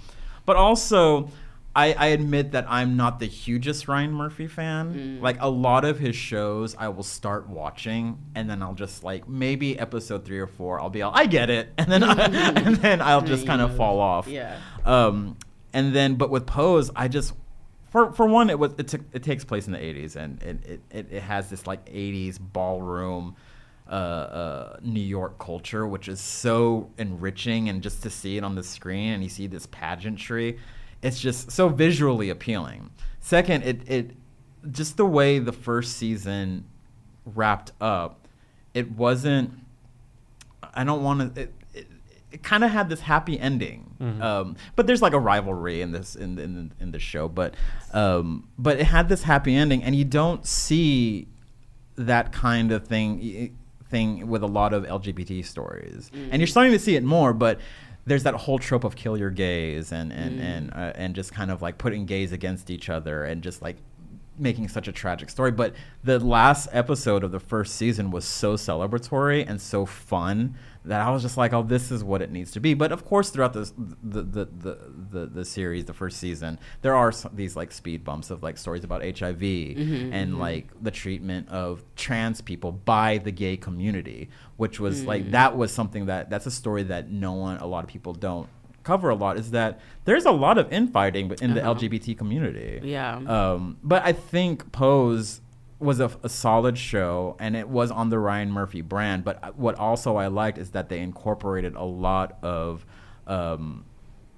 Speaker 2: but also, I, I admit that I'm not the hugest Ryan Murphy fan. Like a lot of his shows, I will start watching, and then I'll just like maybe episode three or four, I'll be all I get it, and then I, and then I'll just kind of fall off.
Speaker 3: Yeah.
Speaker 2: Um, and then, but with Pose, I just for for one, it was it, took it takes place in the '80s, and it it, it, it has this like '80s ballroom. Uh, uh, New York culture, which is so enriching, and just to see it on the screen and you see this pageantry, it's just so visually appealing. Second, it it just the way the first season wrapped up, it wasn't I don't want to. It, it, it kind of had this happy ending, um, but there's like a rivalry in this in in, in the show. But um, but it had this happy ending, and you don't see that kind of thing thing with a lot of LGBT stories, and you're starting to see it more, but. There's that whole trope of kill your gays and and and uh, and just kind of like putting gays against each other and just like making such a tragic story. But the last episode of the first season was so celebratory and so fun that I was just like, "Oh, this is what it needs to be." But of course, throughout this, the the the the, the series, the first season, there are some, these like speed bumps of like stories about HIV and like the treatment of trans people by the gay community, which was like that was something that that's a story that no one, a lot of people don't cover a lot is that there's a lot of infighting in the LGBT community.
Speaker 3: Yeah.
Speaker 2: Um, but I think Pose was a, a solid show, and it was on the Ryan Murphy brand. But I- what also I liked is that they incorporated a lot of um,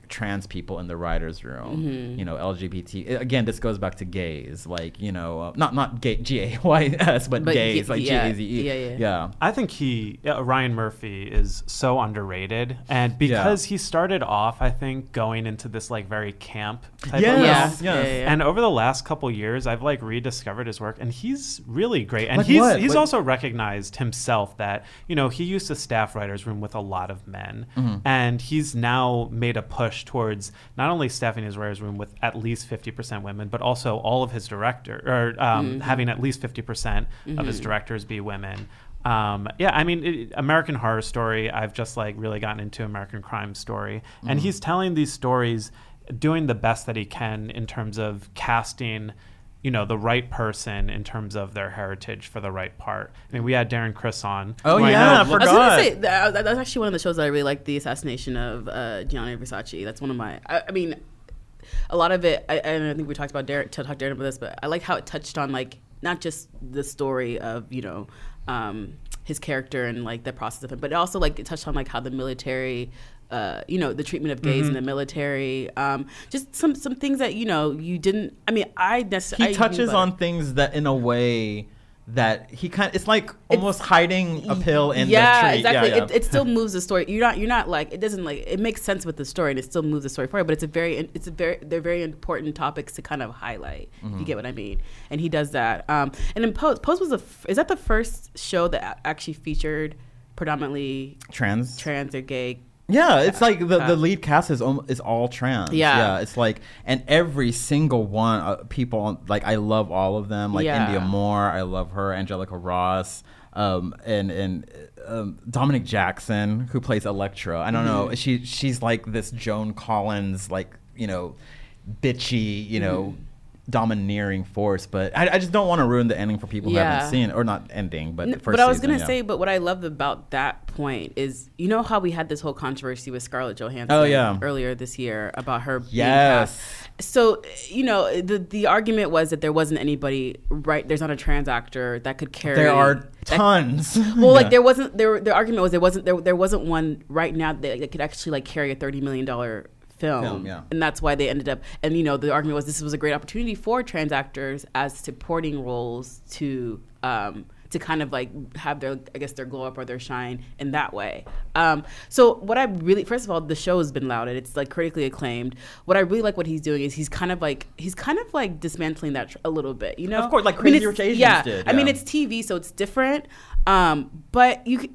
Speaker 2: trans people in the writers' room.
Speaker 3: Mm-hmm.
Speaker 2: You know, LGBT. I- Again, this goes back to gays, like you know, uh, not not gay, G A Y S, but,
Speaker 3: But
Speaker 2: gays,
Speaker 3: y-
Speaker 2: like G
Speaker 3: yeah,
Speaker 2: A Z E.
Speaker 3: yeah, yeah.
Speaker 2: yeah.
Speaker 5: I think he uh, Ryan Murphy is so underrated, and because he started off, I think going into this like very camp type
Speaker 2: Yes,
Speaker 5: of
Speaker 2: yes.
Speaker 5: realm.
Speaker 3: Yeah, yeah, yeah.
Speaker 5: And over the last couple years, I've like rediscovered his work, and he's really great. And
Speaker 2: Like
Speaker 5: he's
Speaker 2: what?
Speaker 5: he's
Speaker 2: Like-
Speaker 5: also recognized himself that you know he used to staff writers' room with a lot of men,
Speaker 2: Mm-hmm.
Speaker 5: and he's now made a push towards not only staffing his writers' room with at least fifty percent women, but
Speaker 2: Mm-hmm.
Speaker 5: also all of his director or um, having at least fifty percent of his directors be women. Um, yeah, I mean, it, American Horror Story. I've just like really gotten into American Crime Story,
Speaker 2: Mm-hmm.
Speaker 5: and he's telling these stories, doing the best that he can in terms of casting, you know, the right person in terms of their heritage for the right part. I mean, we had Darren Criss on.
Speaker 2: Oh,
Speaker 5: who I
Speaker 2: yeah, I
Speaker 5: know looked-
Speaker 3: I was
Speaker 2: forgot.
Speaker 3: gonna say uh, that, that- that's actually one of the shows that I really like. The assassination of uh, Gianni Versace. That's one of my. I, I mean, a lot of it. I, and I think we talked about Darren to talk Darren about this, but I like how it touched on like not just the story of you know um, his character and like the process of him, but it also like it touched on like how the military. Uh, you know the treatment of
Speaker 2: Mm-hmm.
Speaker 3: gays in the military, um, just some some things that you know you didn't. I mean, I
Speaker 2: he
Speaker 3: necessarily
Speaker 2: touches on things that in a way that he kind it's like almost hiding a pill in
Speaker 3: yeah,
Speaker 2: the tree.
Speaker 3: exactly.
Speaker 2: Yeah, yeah.
Speaker 3: It, it still moves the story. You're not you're not like it doesn't like it makes sense with the story and it still moves the story forward. But it's a very it's a very they're very important topics to kind of highlight.
Speaker 2: Mm-hmm.
Speaker 3: If you get what I mean. And he does that. Um, and then Pose Pose was the f- is that the first show that a- actually featured predominantly
Speaker 2: trans.
Speaker 3: trans or gay.
Speaker 2: yeah, it's like the, the lead cast is om- is all trans.
Speaker 3: Yeah.
Speaker 2: it's like and every single one uh, people on- like I love all of them. Like
Speaker 3: Yeah.
Speaker 2: India Moore, I love her. Angelica Ross, um, and and um, Dominic Jackson who plays Electra. I don't
Speaker 3: Mm-hmm.
Speaker 2: know. She she's like this Joan Collins like you know, bitchy you know.
Speaker 3: Mm-hmm.
Speaker 2: Domineering force, but I, I just don't want to ruin the ending for people who
Speaker 3: Yeah.
Speaker 2: haven't seen it, or not ending, but the
Speaker 3: N-
Speaker 2: first.
Speaker 3: But I was
Speaker 2: season,
Speaker 3: gonna
Speaker 2: yeah.
Speaker 3: say, but what I love about that point is, you know how we had this whole controversy with Scarlett Johansson
Speaker 2: Oh, yeah.
Speaker 3: earlier this year about her being
Speaker 2: Yes.
Speaker 3: cast so you know the the argument was that there wasn't anybody right there's not a trans actor that could carry
Speaker 2: there are
Speaker 3: that-
Speaker 2: tons.
Speaker 3: well like there wasn't there the argument was there wasn't there, there wasn't one right now that, that could actually like carry a 30 million dollar film,
Speaker 2: Film, yeah.
Speaker 3: and that's why they ended up and you know the argument was this was a great opportunity for trans actors as supporting roles to um to kind of like have their i guess their glow up or their shine in that way um so what i really first of all the show has been lauded it's like critically acclaimed what i really like what he's doing is he's kind of like he's kind of like dismantling that tr- a little bit you know
Speaker 2: Of course, like
Speaker 3: I mean,
Speaker 2: Crazy
Speaker 3: it's-
Speaker 2: Rich Asians
Speaker 3: yeah
Speaker 2: did,
Speaker 3: i mean
Speaker 2: yeah.
Speaker 3: it's TV, so it's different. Um, but you, c-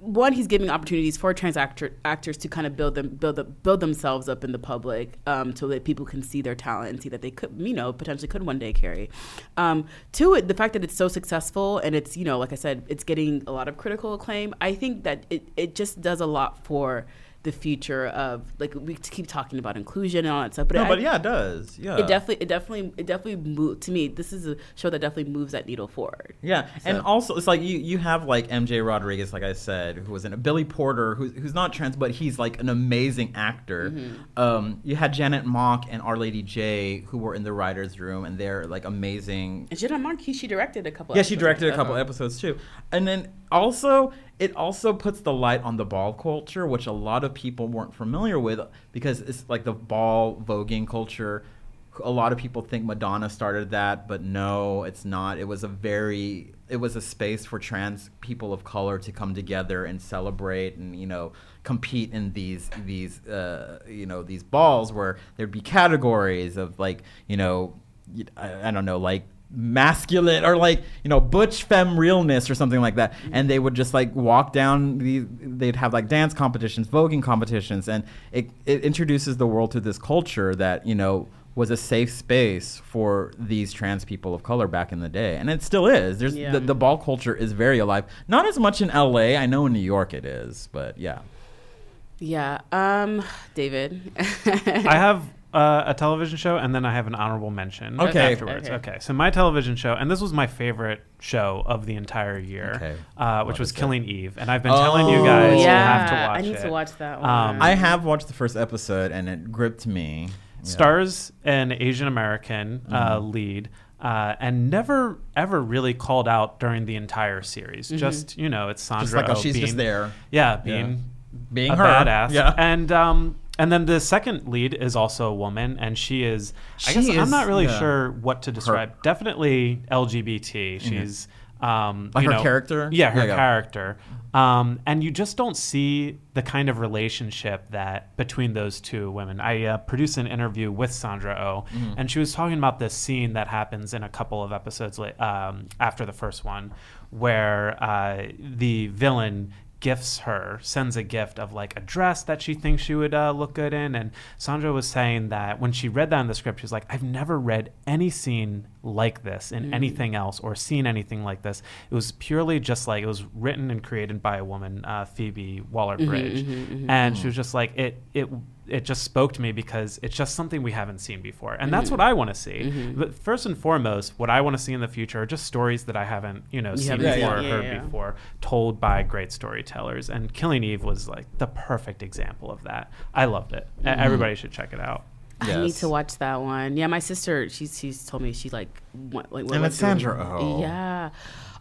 Speaker 3: one, he's giving opportunities for trans actor, actors to kind of build them, build up, build themselves up in the public, um, so that people can see their talent and see that they could, you know, potentially could one day carry. Um, two, it, the fact that it's so successful and it's, you know, like I said, it's getting a lot of critical acclaim. I think that it, it just does a lot for the future of like we keep talking about inclusion and all that stuff, but, I-
Speaker 2: No, but yeah, it does. Yeah.
Speaker 3: It definitely, it definitely, it definitely moved to me. This is a show that definitely moves that needle forward.
Speaker 2: Yeah, and also it's like you you have like MJ Rodriguez, like I said, who was in it. Billy Porter, who's who's not trans, but he's like an amazing actor.
Speaker 3: Mm-hmm.
Speaker 2: Um, you had Janet Mock and Our Lady J, who were in the writers' room, and they're like amazing.
Speaker 3: And Jenna Marquis, she directed a couple.
Speaker 2: Yeah, she
Speaker 3: episodes Uh-huh.
Speaker 2: directed
Speaker 3: of
Speaker 2: a
Speaker 3: that.
Speaker 2: couple episodes too, and then also it also puts the light on the ball culture, which a lot of people weren't familiar with because it's like the ball voguing culture. A lot of people think Madonna started that, but no, it's not. It was a very it was a space for trans people of color to come together and celebrate and you know compete in these these uh, you know these balls where there'd be categories of like you know y- I, I don't know, like masculine or like you know butch femme realness or something like that and they would just like walk down the they'd have like dance competitions voguing competitions and it, it introduces the world to this culture that you know was a safe space for these trans people of color back in the day and it still is there's
Speaker 3: Yeah.
Speaker 2: the, the ball culture is very alive not as much in la i know in new york it is but yeah
Speaker 3: Yeah. Um, David.
Speaker 5: I have uh, a television show, and then I have an honorable mention.
Speaker 2: Okay.
Speaker 5: Afterwards.
Speaker 3: Okay.
Speaker 5: Okay. So my television show, and this was my favorite show of the entire year,
Speaker 2: Okay.
Speaker 5: uh, which was
Speaker 2: is it?
Speaker 5: Killing Eve, and I've been
Speaker 2: Oh,
Speaker 5: telling you guys you have to
Speaker 3: yeah.
Speaker 5: watch
Speaker 3: I need
Speaker 5: it.
Speaker 3: to watch that
Speaker 5: Um,
Speaker 3: one.
Speaker 2: i have watched the first episode and it gripped me
Speaker 5: Stars an Asian American uh,
Speaker 2: Mm-hmm.
Speaker 5: lead. Uh, and never ever really called out during the entire series. Just you know, it's
Speaker 2: Mm-hmm. just
Speaker 5: Sandra.
Speaker 2: like
Speaker 5: Oh
Speaker 2: oh, she's just
Speaker 5: being-
Speaker 2: there
Speaker 5: Yeah, being
Speaker 2: being
Speaker 5: a
Speaker 2: her
Speaker 5: badass.
Speaker 2: yeah
Speaker 5: And um and then the second lead is also a woman and she is I guess
Speaker 2: She
Speaker 5: I'm
Speaker 2: is-
Speaker 5: not really
Speaker 2: yeah.
Speaker 5: sure what to describe. Definitely LGBT.
Speaker 2: Mm-hmm.
Speaker 5: She's um
Speaker 2: Like
Speaker 5: you
Speaker 2: her
Speaker 5: know-
Speaker 2: character?
Speaker 5: Yeah, her
Speaker 2: Yeah, yeah.
Speaker 5: character. Um and you just don't see the kind of relationship that between those two women. I uh, produced an interview with Sandra O oh,
Speaker 2: Mm-hmm.
Speaker 5: and she was talking about this scene that happens in a couple of episodes la- um, after the first one where uh, the villain gifts her, sends a gift of like a dress that she thinks she would uh, look good in. And Sandra was saying that when she read that in the script, she was like, I've never read any scene like this
Speaker 3: Mm.
Speaker 5: in anything else or seen anything like this. It was purely just like it was written and created by a woman, uh, Phoebe Waller Bridge,
Speaker 3: Mm-hmm,
Speaker 5: and she was just like it. It it just spoke to me because it's just something we haven't seen before, and
Speaker 3: Mm-hmm.
Speaker 5: that's what I want to see. But first and foremost, what I want to see in the future are just stories that I haven't you know seen
Speaker 3: haven't
Speaker 5: before,
Speaker 3: seen.
Speaker 5: or
Speaker 3: Yeah,
Speaker 5: heard
Speaker 3: yeah.
Speaker 5: before before, told by great storytellers. And Killing Eve was like the perfect example of that. I loved it. E-
Speaker 3: Mm-hmm.
Speaker 5: Everybody should check it out.
Speaker 3: I need
Speaker 2: Yes.
Speaker 3: to watch that one. Yeah, my sister, she's she's told me she like went, like went
Speaker 2: And
Speaker 3: went
Speaker 2: it's
Speaker 3: through-
Speaker 2: Sandra Oh.
Speaker 3: Yeah.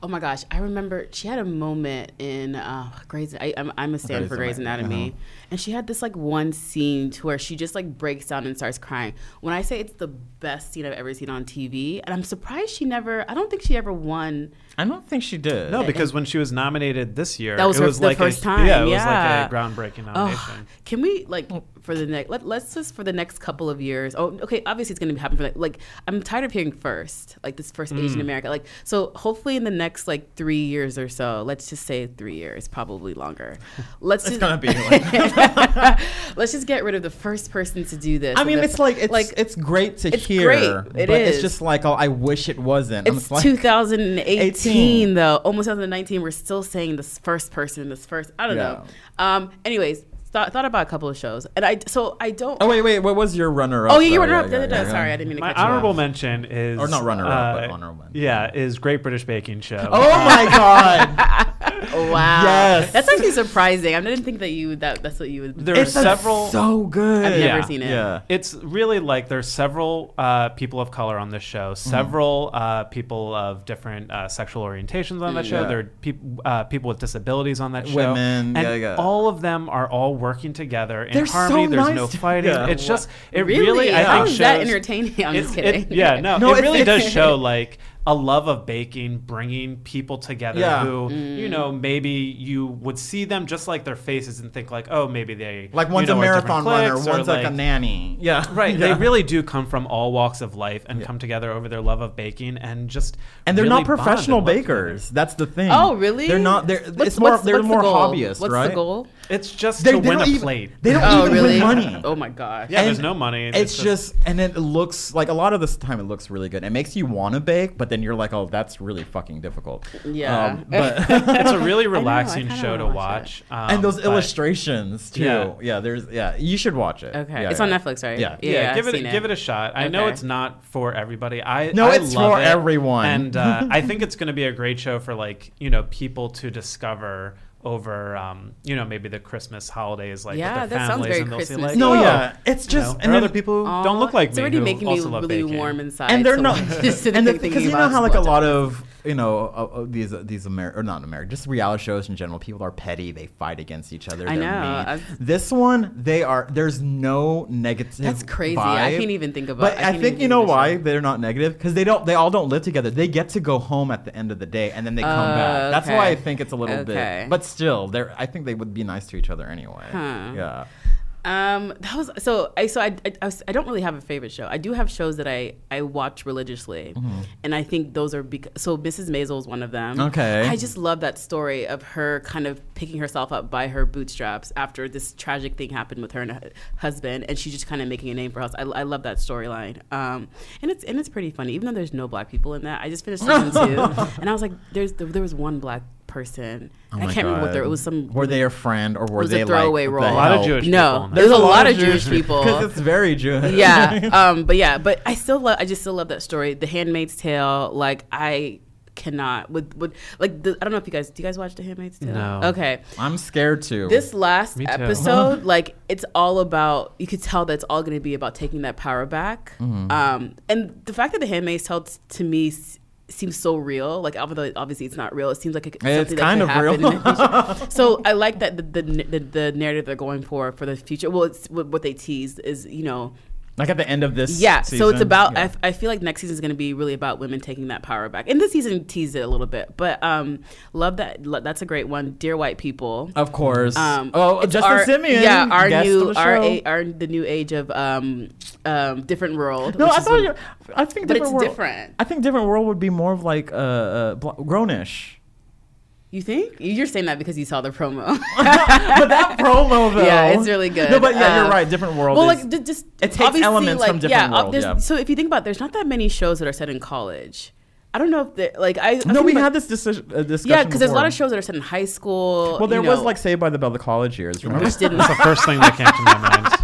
Speaker 3: Oh my gosh, I remember she had a moment in uh, Grey's. I, I'm, I'm a stand for
Speaker 2: Grey's
Speaker 3: Grey's Anatomy, and she had this like one scene to where she just like breaks down and starts crying. When I say it's the best scene I've ever seen on TV, and I'm surprised she never. I don't think she ever won.
Speaker 2: I don't think she did.
Speaker 5: No, because when she was nominated this year,
Speaker 3: That was
Speaker 5: it
Speaker 3: her-
Speaker 5: was
Speaker 3: the
Speaker 5: like
Speaker 3: first
Speaker 5: a,
Speaker 3: time,
Speaker 5: Yeah, it
Speaker 3: yeah.
Speaker 5: was like a groundbreaking
Speaker 3: Oh,
Speaker 5: nomination.
Speaker 3: can we like for the next? Let, let's just for the next couple of years. Oh, okay. Obviously, it's going to happen for like, like I'm tired of hearing first, like this first
Speaker 2: Mm.
Speaker 3: Asian America. Like so, hopefully in the next like three years or so. Let's just say three years, probably longer. Let's
Speaker 2: it's
Speaker 3: just
Speaker 2: gonna be. Like,
Speaker 3: let's just get rid of the first person to do this.
Speaker 2: I
Speaker 3: and
Speaker 2: mean,
Speaker 3: the-
Speaker 2: it's like it's like it's great to
Speaker 3: it's
Speaker 2: hear.
Speaker 3: great. It
Speaker 2: but it's
Speaker 3: is.
Speaker 2: just like oh, I wish it wasn't. I'm
Speaker 3: It's
Speaker 2: just like,
Speaker 3: 2018
Speaker 2: 18.
Speaker 3: though, almost 2019. We're still saying this first person, this first. I don't know. Um. Anyways, thought thought about a couple of shows, and I so I don't.
Speaker 2: Oh wait, wait. What was your runner-up?
Speaker 3: Oh yeah, you were
Speaker 2: Sorry,
Speaker 3: up.
Speaker 2: yeah,
Speaker 3: da, da, da.
Speaker 2: yeah, yeah.
Speaker 3: Sorry, I didn't mean to.
Speaker 5: My
Speaker 3: cut you off.
Speaker 5: honorable mention is uh,
Speaker 2: Or not runner-up, but honorable mention.
Speaker 5: Yeah, is Great British Baking Show.
Speaker 2: Oh my god.
Speaker 3: Wow.
Speaker 2: Yes.
Speaker 3: That's actually surprising. I didn't think that you that that's what you would.
Speaker 5: there are several.
Speaker 2: so good.
Speaker 3: I've never
Speaker 5: Yeah,
Speaker 3: seen it.
Speaker 2: Yeah.
Speaker 5: it's really like there's several uh, people of color on this show,
Speaker 2: Mm-hmm.
Speaker 5: several uh, people of different uh, sexual orientations on that show.
Speaker 2: Yeah.
Speaker 5: There are peop uh, people with disabilities on that show.
Speaker 2: Women,
Speaker 5: and
Speaker 2: yeah, yeah.
Speaker 5: all of them are all working together in
Speaker 2: They're so
Speaker 5: harmony. there's no
Speaker 2: nice to-
Speaker 5: fighting.
Speaker 2: Yeah.
Speaker 5: It's just it
Speaker 3: Really?
Speaker 5: really, I
Speaker 3: How
Speaker 5: think
Speaker 3: is that
Speaker 5: shows-
Speaker 3: entertaining? I'm just
Speaker 5: It's- it-
Speaker 3: kidding.
Speaker 5: yeah, no,
Speaker 2: No,
Speaker 5: it
Speaker 2: it's-
Speaker 5: really
Speaker 2: it's-
Speaker 5: does show like a love of baking, bringing people together
Speaker 2: Yeah.
Speaker 5: who you know
Speaker 3: Mm.
Speaker 5: maybe you would see them just like their faces and think like, oh, maybe they
Speaker 2: Like
Speaker 5: you
Speaker 2: one's
Speaker 5: know,
Speaker 2: a
Speaker 5: are different
Speaker 2: marathon runner,
Speaker 5: cliques,
Speaker 2: one's
Speaker 5: or,
Speaker 2: like, a nanny. Yeah.
Speaker 5: Right.
Speaker 2: Yeah.
Speaker 5: They really do come from all walks of life and come together over their love of baking and just
Speaker 2: And they're
Speaker 5: really
Speaker 2: not
Speaker 5: bond
Speaker 2: professional
Speaker 5: and work together.
Speaker 2: bakers. That's the thing.
Speaker 3: Oh really?
Speaker 2: They're not. They're.
Speaker 3: What's-
Speaker 2: it's more.
Speaker 3: what's-
Speaker 2: they're
Speaker 3: what's the
Speaker 2: more
Speaker 3: goal?
Speaker 2: hobbyists,
Speaker 3: What's
Speaker 2: right?
Speaker 3: the goal?
Speaker 5: It's just
Speaker 2: They,
Speaker 5: to
Speaker 2: they
Speaker 5: win
Speaker 2: don't
Speaker 5: a
Speaker 2: even.
Speaker 5: plate.
Speaker 2: They don't
Speaker 3: Oh
Speaker 2: even
Speaker 3: really?
Speaker 2: win money.
Speaker 3: Oh my gosh.
Speaker 5: yeah, there's
Speaker 2: And
Speaker 5: no money.
Speaker 2: It's, just, and it looks like a lot of this time it looks really good. It makes you want to bake, but then you're like, oh, that's really fucking difficult.
Speaker 3: Yeah.
Speaker 2: Um, but
Speaker 5: it's a really
Speaker 3: I
Speaker 5: relaxing
Speaker 3: kinda
Speaker 5: show to
Speaker 3: wanna watch
Speaker 5: watch. Um,
Speaker 2: and those
Speaker 5: but-
Speaker 2: illustrations too.
Speaker 5: Yeah.
Speaker 2: Yeah. There's. Yeah. You should watch it.
Speaker 3: Okay.
Speaker 2: Yeah,
Speaker 3: it's
Speaker 2: yeah.
Speaker 3: on Netflix, right?
Speaker 2: Yeah.
Speaker 5: Yeah, give
Speaker 3: I've
Speaker 5: it a,
Speaker 3: seen
Speaker 5: give it a shot. I know
Speaker 3: Okay.
Speaker 5: it's not for everybody. I
Speaker 2: No,
Speaker 5: I
Speaker 2: it's
Speaker 5: love
Speaker 2: for
Speaker 5: it.
Speaker 2: everyone.
Speaker 5: and uh, I think it's going to be a great show for like you know people to discover over um, you know maybe the Christmas holidays like
Speaker 3: Yeah,
Speaker 5: with their
Speaker 3: that sounds
Speaker 5: families
Speaker 3: very
Speaker 5: and they'll see
Speaker 3: Christmas.
Speaker 5: like
Speaker 2: No.
Speaker 5: oh,
Speaker 2: Yeah. It's
Speaker 5: you
Speaker 2: just.
Speaker 5: know,
Speaker 2: and
Speaker 5: or
Speaker 2: then-
Speaker 5: other people who don't
Speaker 3: Aw,
Speaker 5: look like
Speaker 3: it's
Speaker 5: me.
Speaker 3: already
Speaker 5: who
Speaker 3: making me
Speaker 5: also love
Speaker 3: really
Speaker 5: baking.
Speaker 3: warm inside.
Speaker 2: and they're
Speaker 3: so
Speaker 2: not
Speaker 3: just sitting
Speaker 2: and
Speaker 3: there
Speaker 2: because
Speaker 3: thinking
Speaker 2: you know
Speaker 3: about
Speaker 2: how like a
Speaker 3: squelching.
Speaker 2: lot of you know uh, uh, these uh, these Amer or not American just reality shows in general people are petty they fight against each other
Speaker 3: I
Speaker 2: they're
Speaker 3: know,
Speaker 2: mean.
Speaker 3: I've-
Speaker 2: this one they are there's no negative
Speaker 3: That's crazy. I
Speaker 2: vibe.
Speaker 3: can't even think about- I
Speaker 2: but I,
Speaker 3: can't even
Speaker 2: think you
Speaker 3: think
Speaker 2: know
Speaker 3: of the
Speaker 2: why
Speaker 3: show.
Speaker 2: they're not negative because they don't they all don't live together they get to go home at the end of the day and then they come
Speaker 3: Oh,
Speaker 2: back that's why
Speaker 3: okay.
Speaker 2: I think it's a little
Speaker 3: Okay.
Speaker 2: bit but still they're I think they would be nice to each other anyway yeah
Speaker 3: Um, that was so. I so I, I, I was- I don't really have a favorite show. I do have shows that I I watch religiously,
Speaker 2: Mm-hmm.
Speaker 3: and I think those are bec- so. Mrs. Maisel is one of them.
Speaker 2: Okay.
Speaker 3: I just love that story of her kind of picking herself up by her bootstraps after this tragic thing happened with her and her husband, and she's just kind of making a name for herself. I, I love that storyline. Um, and it's and it's pretty funny, even though there's no black people in that. I just finished season two, and I was like, there's there was one black person.
Speaker 2: Oh
Speaker 3: And I
Speaker 2: my
Speaker 3: can't remember what there.
Speaker 2: God.
Speaker 3: It was some
Speaker 2: were they a friend or were
Speaker 3: was
Speaker 2: they
Speaker 3: a throwaway
Speaker 2: like,
Speaker 3: role.
Speaker 2: the
Speaker 5: A lot of
Speaker 2: help?
Speaker 5: Jewish people
Speaker 3: No,
Speaker 5: in that.
Speaker 3: there's a lot of Jewish
Speaker 2: because
Speaker 3: people.
Speaker 2: it's very Jewish
Speaker 3: Yeah, um, but yeah, but I still love. I just still love that story, The Handmaid's Tale. Like I cannot with with like the, I don't know if you guys do you guys watch The Handmaid's Tale?
Speaker 5: No.
Speaker 3: Okay.
Speaker 2: I'm scared to.
Speaker 3: This last
Speaker 5: Me too.
Speaker 3: episode, like it's all about. You could tell that it's all going to be about taking that power back.
Speaker 2: Mm-hmm.
Speaker 3: Um, and the fact that The Handmaid's Tale t- to me. s- Seems so real, like although obviously it's not real, it seems like it,
Speaker 2: It's
Speaker 3: something
Speaker 2: kind
Speaker 3: that could
Speaker 2: of real.
Speaker 3: happen in the future so I like that the, the the the narrative they're going for for the future. Well, it's what, what they teased is you know
Speaker 2: like at the end of this.
Speaker 3: yeah. So it's
Speaker 2: season?
Speaker 3: about I
Speaker 2: Yeah.
Speaker 3: f I I, feel like next season is going to be really about women taking that power back. And this season teased it a little bit, but um, love that lo- that's a great one. Dear white people.
Speaker 2: of course.
Speaker 3: Um,
Speaker 2: oh,
Speaker 3: it's
Speaker 2: Justin
Speaker 3: our-
Speaker 2: Simeon.
Speaker 3: Yeah, our
Speaker 2: guest
Speaker 3: new,
Speaker 2: on the
Speaker 3: our,
Speaker 2: show.
Speaker 3: a, our the new age of um, um, different world.
Speaker 2: No,
Speaker 3: which
Speaker 2: I
Speaker 3: is
Speaker 2: thought
Speaker 3: when-
Speaker 2: you. I think
Speaker 3: But
Speaker 2: different
Speaker 3: it's
Speaker 2: world,
Speaker 3: different.
Speaker 2: I think different world would be more of like uh, uh bl- grownish.
Speaker 3: You think you're saying that because you saw the promo?
Speaker 2: but that promo though.
Speaker 3: Yeah, it's really good.
Speaker 2: No, but yeah,
Speaker 3: Uh,
Speaker 2: you're right. Different world.
Speaker 3: well,
Speaker 2: is-
Speaker 3: like d- just
Speaker 2: it takes
Speaker 3: obviously,
Speaker 2: elements
Speaker 3: like,
Speaker 2: from different
Speaker 3: yeah, ob-
Speaker 2: world,
Speaker 3: there's-
Speaker 2: yeah.
Speaker 3: So if you think about, it, there's not that many shows that are set in college. I don't know if they like I. I
Speaker 2: no,
Speaker 3: think
Speaker 2: we
Speaker 3: about-
Speaker 2: had this decision. Uh, discussion
Speaker 3: Yeah, because there's a lot
Speaker 2: before.
Speaker 3: of shows that are set in high school.
Speaker 2: Well, there
Speaker 3: you
Speaker 2: was
Speaker 3: know,
Speaker 2: like Saved by the Bell, the college years. Remember?
Speaker 3: which didn't.
Speaker 5: That's the first thing that came to my mind.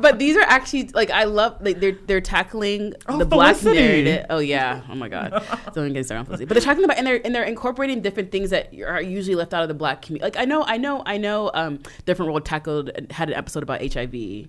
Speaker 3: but these are actually like I love like they're they're tackling
Speaker 2: Oh,
Speaker 3: the black
Speaker 2: Felicity.
Speaker 3: narrative. Oh yeah, oh my god, don't even get started on Felicity. But they're talking about and they're and they're incorporating different things that are usually left out of the black community. Like I know, I know, I know. Um, different world tackled had an episode about HIV.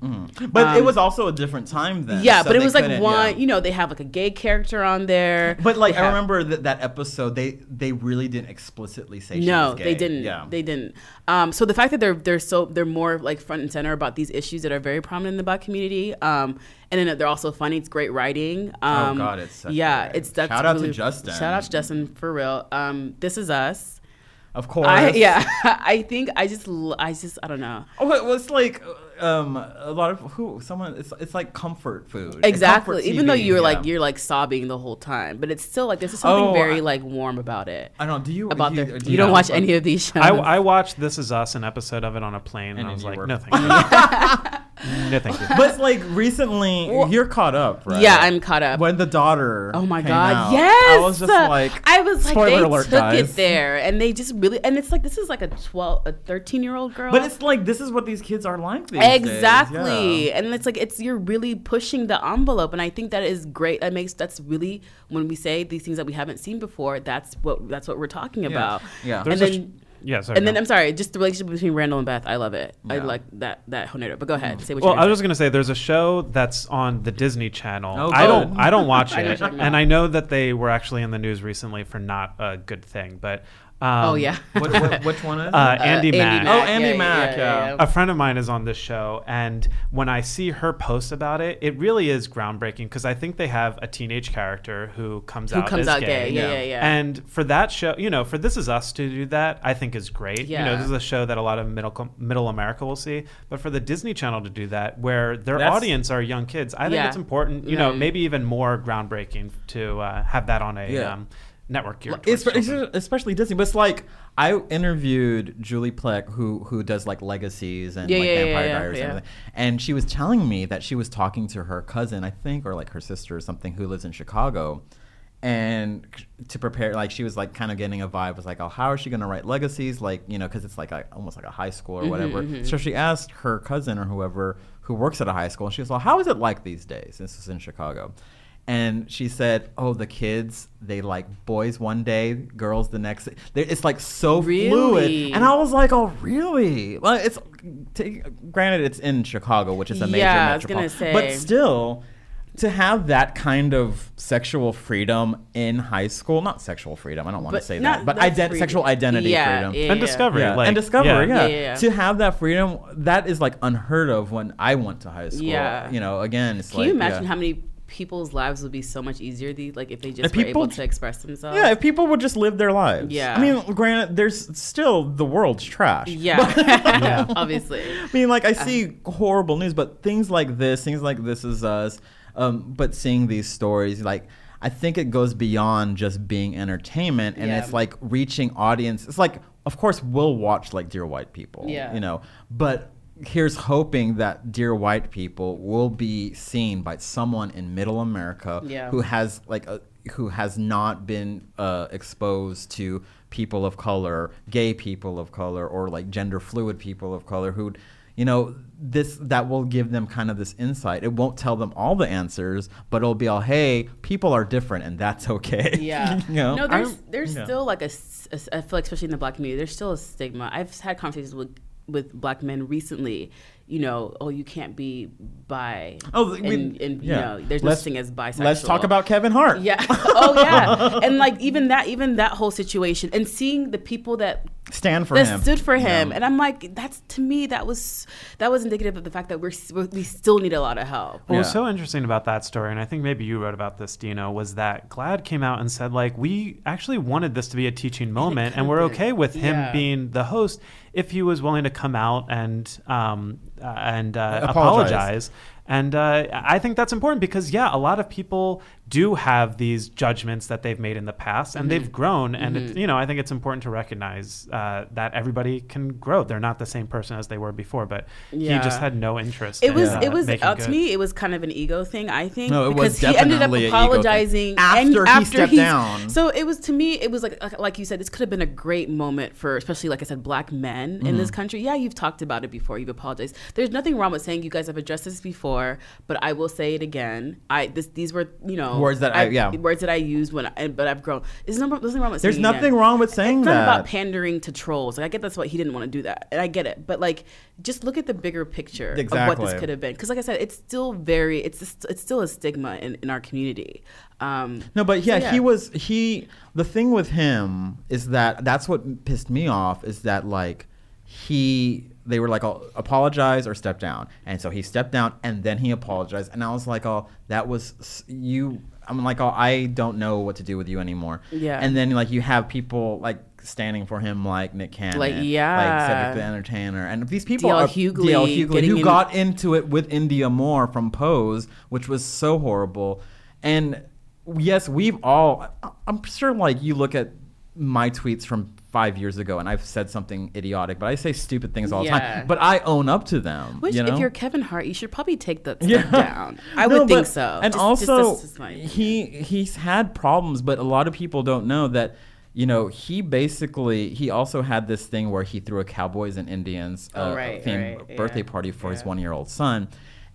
Speaker 2: but it was also a different time then.
Speaker 3: Um, Yeah,
Speaker 2: Mm. so
Speaker 3: but it
Speaker 2: they
Speaker 3: was like
Speaker 2: couldn't,
Speaker 3: one.
Speaker 2: yeah.
Speaker 3: You know, they have like a gay character on there.
Speaker 2: But like
Speaker 3: They
Speaker 2: I
Speaker 3: have-
Speaker 2: remember that that episode, they they really didn't explicitly say. she
Speaker 3: No,
Speaker 2: was
Speaker 3: they
Speaker 2: gay.
Speaker 3: didn't.
Speaker 2: Yeah.
Speaker 3: They didn't. Um, so the fact that they're they're so they're more like front and center about these issues that are very prominent in the black community. Um, and then they're also funny. It's great writing. Um,
Speaker 2: Oh, God, it's such
Speaker 3: yeah,
Speaker 2: good writing.
Speaker 3: it's that's
Speaker 2: Shout out to
Speaker 3: really-
Speaker 2: Justin.
Speaker 3: Shout out to Justin for real. Um, this is us.
Speaker 2: of course.
Speaker 3: I, yeah, I think I just l- I just I don't know.
Speaker 2: Oh, well, it's like um, a lot of who someone. It's it's like comfort food. And
Speaker 3: Exactly.
Speaker 2: comfort
Speaker 3: Even though
Speaker 2: TV,
Speaker 3: you were like
Speaker 2: yeah.
Speaker 3: you're like sobbing the whole time, but it's still like there's something
Speaker 2: Oh,
Speaker 3: very
Speaker 2: I-
Speaker 3: like warm about it.
Speaker 2: I don't know. Do you
Speaker 3: about
Speaker 2: do
Speaker 3: their,
Speaker 2: you,
Speaker 3: you,
Speaker 2: do
Speaker 3: don't
Speaker 2: know?
Speaker 3: watch any of these shows.
Speaker 5: I, I watched This Is Us, an episode of it on a plane, and,
Speaker 2: And
Speaker 5: I was
Speaker 2: you
Speaker 5: like,
Speaker 2: were-
Speaker 5: no, thank you. no, thank you.
Speaker 2: But it's like recently, you're caught up, right?
Speaker 3: Yeah, I'm caught up.
Speaker 2: When the daughter.
Speaker 3: Oh my
Speaker 2: came
Speaker 3: god!
Speaker 2: out,
Speaker 3: yes,
Speaker 2: I was just like,
Speaker 3: I was like,
Speaker 2: spoiler
Speaker 3: they
Speaker 2: alert,
Speaker 3: took
Speaker 2: guys.
Speaker 3: it there, and they just really, and it's like this is like a twelve, a thirteen year old girl.
Speaker 2: But it's like this is what these kids are like these days,
Speaker 3: exactly,
Speaker 2: yeah.
Speaker 3: and it's like it's you're really pushing the envelope, and I think that is great. That makes that's really when we say these things that we haven't seen before. That's what that's what we're talking about.
Speaker 2: Yeah.
Speaker 3: and
Speaker 5: There's a sh-
Speaker 3: then.
Speaker 5: yeah, sorry.
Speaker 3: And then
Speaker 5: no.
Speaker 3: I'm sorry, just the relationship between Randall and Beth. I love it. I
Speaker 2: Yeah. Mm.
Speaker 3: like that that whole narrative. But go ahead, say what
Speaker 5: Well,
Speaker 3: you're
Speaker 5: I was just gonna say there's a show that's on the Disney Channel.
Speaker 2: Oh,
Speaker 5: I don't,
Speaker 2: good.
Speaker 5: I don't watch
Speaker 3: know
Speaker 5: it,
Speaker 3: what you're
Speaker 5: and I know that they were actually in the news recently for not a good thing. But um,
Speaker 3: Oh yeah,
Speaker 2: What, what, which one is? it?
Speaker 5: uh, Andy Mack.
Speaker 2: Oh, Andy Mack, yeah.
Speaker 3: Oh.
Speaker 5: a friend of mine is on this show, and when I see her post about it, it really is groundbreaking because I think they have a teenage character who comes
Speaker 3: Who
Speaker 5: out
Speaker 3: comes
Speaker 5: as
Speaker 3: out
Speaker 5: gay.
Speaker 3: gay? Yeah, yeah, yeah.
Speaker 5: And for that show, you know, for This Is Us to do that, I think is great. You know,
Speaker 3: Yeah.
Speaker 5: this is a show that a lot of middle middle America will see. But for the Disney Channel to do that, where their
Speaker 2: That's-
Speaker 5: audience are young kids, I think
Speaker 3: Yeah.
Speaker 5: it's important. You know,
Speaker 3: Mm.
Speaker 5: maybe even more groundbreaking to uh, have that on a
Speaker 2: Yeah.
Speaker 5: um, network geared
Speaker 2: It's,
Speaker 5: towards children.
Speaker 2: it's- especially Disney, but it's like I interviewed Julie Plec, who who does like legacies and
Speaker 3: Yeah,
Speaker 2: like
Speaker 3: yeah, yeah,
Speaker 2: Vampire
Speaker 3: yeah,
Speaker 2: Diaries and
Speaker 3: yeah.
Speaker 2: everything, and she was telling me that she was talking to her cousin, I think, or like her sister or something, who lives in Chicago, and to prepare, like she was like kind of getting a vibe, was like, oh, how is she going to write legacies, like you know, because it's like a, almost like a high school or whatever. So she asked her cousin or whoever who works at a high school, and she was like, how is it like these days? This is in Chicago. And she said, "Oh, the kids, they like boys one day, girls the next. They- It's like so fluid."
Speaker 3: Really?
Speaker 2: And I was like, "Oh, really?" Well, it's t- granted it's in Chicago, which is a major
Speaker 3: Yeah, I was
Speaker 2: metropolitan-
Speaker 3: gonna
Speaker 2: but
Speaker 3: say.
Speaker 2: still to have that kind of sexual freedom in high school, not sexual freedom, I don't want to
Speaker 3: But
Speaker 2: say
Speaker 3: not
Speaker 2: that, but
Speaker 3: that
Speaker 2: ident-
Speaker 3: freedom.
Speaker 2: sexual identity
Speaker 3: Yeah,
Speaker 2: freedom.
Speaker 3: yeah,
Speaker 5: and
Speaker 3: yeah.
Speaker 5: discovery, like
Speaker 2: and discover, yeah.
Speaker 3: Yeah, yeah, yeah.
Speaker 2: To have that freedom, that is like unheard of when I went to high school.
Speaker 3: Yeah.
Speaker 2: You know, again, it's
Speaker 3: Can
Speaker 2: like
Speaker 3: you imagine
Speaker 2: yeah.
Speaker 3: how many people's lives would be so much easier these like if they just
Speaker 2: If
Speaker 3: were
Speaker 2: people
Speaker 3: able
Speaker 2: j-
Speaker 3: to express themselves?
Speaker 2: Yeah, if people would just live their lives.
Speaker 3: Yeah.
Speaker 2: I mean, granted, there's still the world's trash.
Speaker 3: yeah, obviously.
Speaker 2: I mean, like I see horrible news, but things like this, things like this is us. Um, but seeing these stories, like I think it goes beyond just being entertainment, and
Speaker 3: Yeah.
Speaker 2: it's like reaching audience. It's like, of course, we'll watch like Dear White People,
Speaker 3: Yeah.
Speaker 2: you know, but. Here's hoping that dear white people will be seen by someone in Middle America
Speaker 3: Yeah.
Speaker 2: who has like a, who has not been uh, exposed to people of color, gay people of color, or like gender fluid people of color who, you know, this that will give them kind of this insight. It won't tell them all the answers, but it'll be all, hey, people are different and that's okay.
Speaker 3: Yeah.
Speaker 2: you know?
Speaker 3: No, there's there's
Speaker 2: yeah.
Speaker 3: still like a, s- a s- I feel like especially in the black community, there's still a stigma. I've had conversations with with black men recently. You know, oh, you can't be bi.
Speaker 2: Oh, we-
Speaker 3: and, and
Speaker 2: yeah.
Speaker 3: you know, there's no
Speaker 2: Let's-
Speaker 3: such thing as bisexual.
Speaker 2: Let's talk about Kevin Hart.
Speaker 3: Yeah. oh yeah. And like even that even that whole situation and seeing the people that
Speaker 2: Stand for
Speaker 3: that
Speaker 2: him.
Speaker 3: stood for
Speaker 2: you know?
Speaker 3: him, and I'm like, that's to me that was that was indicative of the fact that we're s- we still need a lot of help.
Speaker 5: What was
Speaker 2: Yeah.
Speaker 5: so interesting about that story, and I think maybe you wrote about this, Dino, was that Glad came out and said, like, we actually wanted this to be a teaching moment, and we're okay with him
Speaker 3: Yeah.
Speaker 5: being the host if he was willing to come out and um, uh, and uh,
Speaker 2: Apologize.
Speaker 5: apologize. And uh, I think that's important because, yeah, a lot of people do have these judgments that they've made in the past and
Speaker 3: Mm-hmm.
Speaker 5: they've grown. And, it, you know, I think it's important to recognize uh, that everybody can grow. They're not the same person as they were before, but he just
Speaker 3: Yeah.
Speaker 5: had no interest.
Speaker 3: It was
Speaker 5: in, uh,
Speaker 3: it was
Speaker 5: making
Speaker 3: uh,
Speaker 5: good.
Speaker 3: to me it was kind of an ego thing I think
Speaker 2: No, it was
Speaker 3: because he ended up
Speaker 2: definitely an ego thing.
Speaker 3: apologizing and
Speaker 2: After he
Speaker 3: after
Speaker 2: stepped
Speaker 3: he's-
Speaker 2: down.
Speaker 3: So it was to me it was like like- like you said this could have been a great moment for especially like I said black men in
Speaker 2: Mm.
Speaker 3: this country. Yeah, you've talked about it before. You've apologized. There's nothing wrong with saying you guys have addressed this before, but I will say it again. I this these were you know
Speaker 2: Words that I- yeah.
Speaker 3: words that I used when I, but I've grown. There's no- nothing wrong with
Speaker 2: There's
Speaker 3: saying it
Speaker 2: nothing
Speaker 3: again.
Speaker 2: wrong with saying
Speaker 3: it's not
Speaker 2: that.
Speaker 3: about pandering to trolls. Like I get that's what he didn't want to do that, and I get it. But like, just look at the bigger picture of what
Speaker 2: Exactly.
Speaker 3: this could have been. Because like I said, it's still very it's just, it's still a stigma in, in our community. Um,
Speaker 2: No, but
Speaker 3: so
Speaker 2: yeah, he was he. The thing with him is that that's what pissed me off is that like he they were like oh, apologize or step down, and so he stepped down and then he apologized, and I was like oh that was s- you. I'm like oh I don't know what to do with you anymore.
Speaker 3: Yeah.
Speaker 2: and then like you have people like standing for him like Nick Cannon,
Speaker 3: Like,
Speaker 2: like
Speaker 3: yeah.
Speaker 2: Cedric the Entertainer, and these people
Speaker 3: DL
Speaker 2: are
Speaker 3: Hughley
Speaker 2: DL Hughley
Speaker 3: getting
Speaker 2: who
Speaker 3: in-
Speaker 2: got got into it with India Moore from Pose, which was so horrible. And yes, we've all. I- I'm sure, like you look at my tweets from five years ago, and I've said something idiotic, but I say stupid things all the
Speaker 3: Yeah.
Speaker 2: time. But I own up to them.
Speaker 3: Which,
Speaker 2: you know?
Speaker 3: if you're Kevin Hart, you should probably take that stuff down. I
Speaker 2: No,
Speaker 3: would think
Speaker 2: but-
Speaker 3: so.
Speaker 2: And
Speaker 3: Just- just-
Speaker 2: also,
Speaker 3: this is my-
Speaker 2: he he's had problems, but a lot of people don't know that. You know, he basically he also had this thing where he threw a Cowboys and Indians uh,
Speaker 3: Oh, right,
Speaker 2: themed
Speaker 3: right,
Speaker 2: birthday
Speaker 3: yeah,
Speaker 2: party for his one year old son.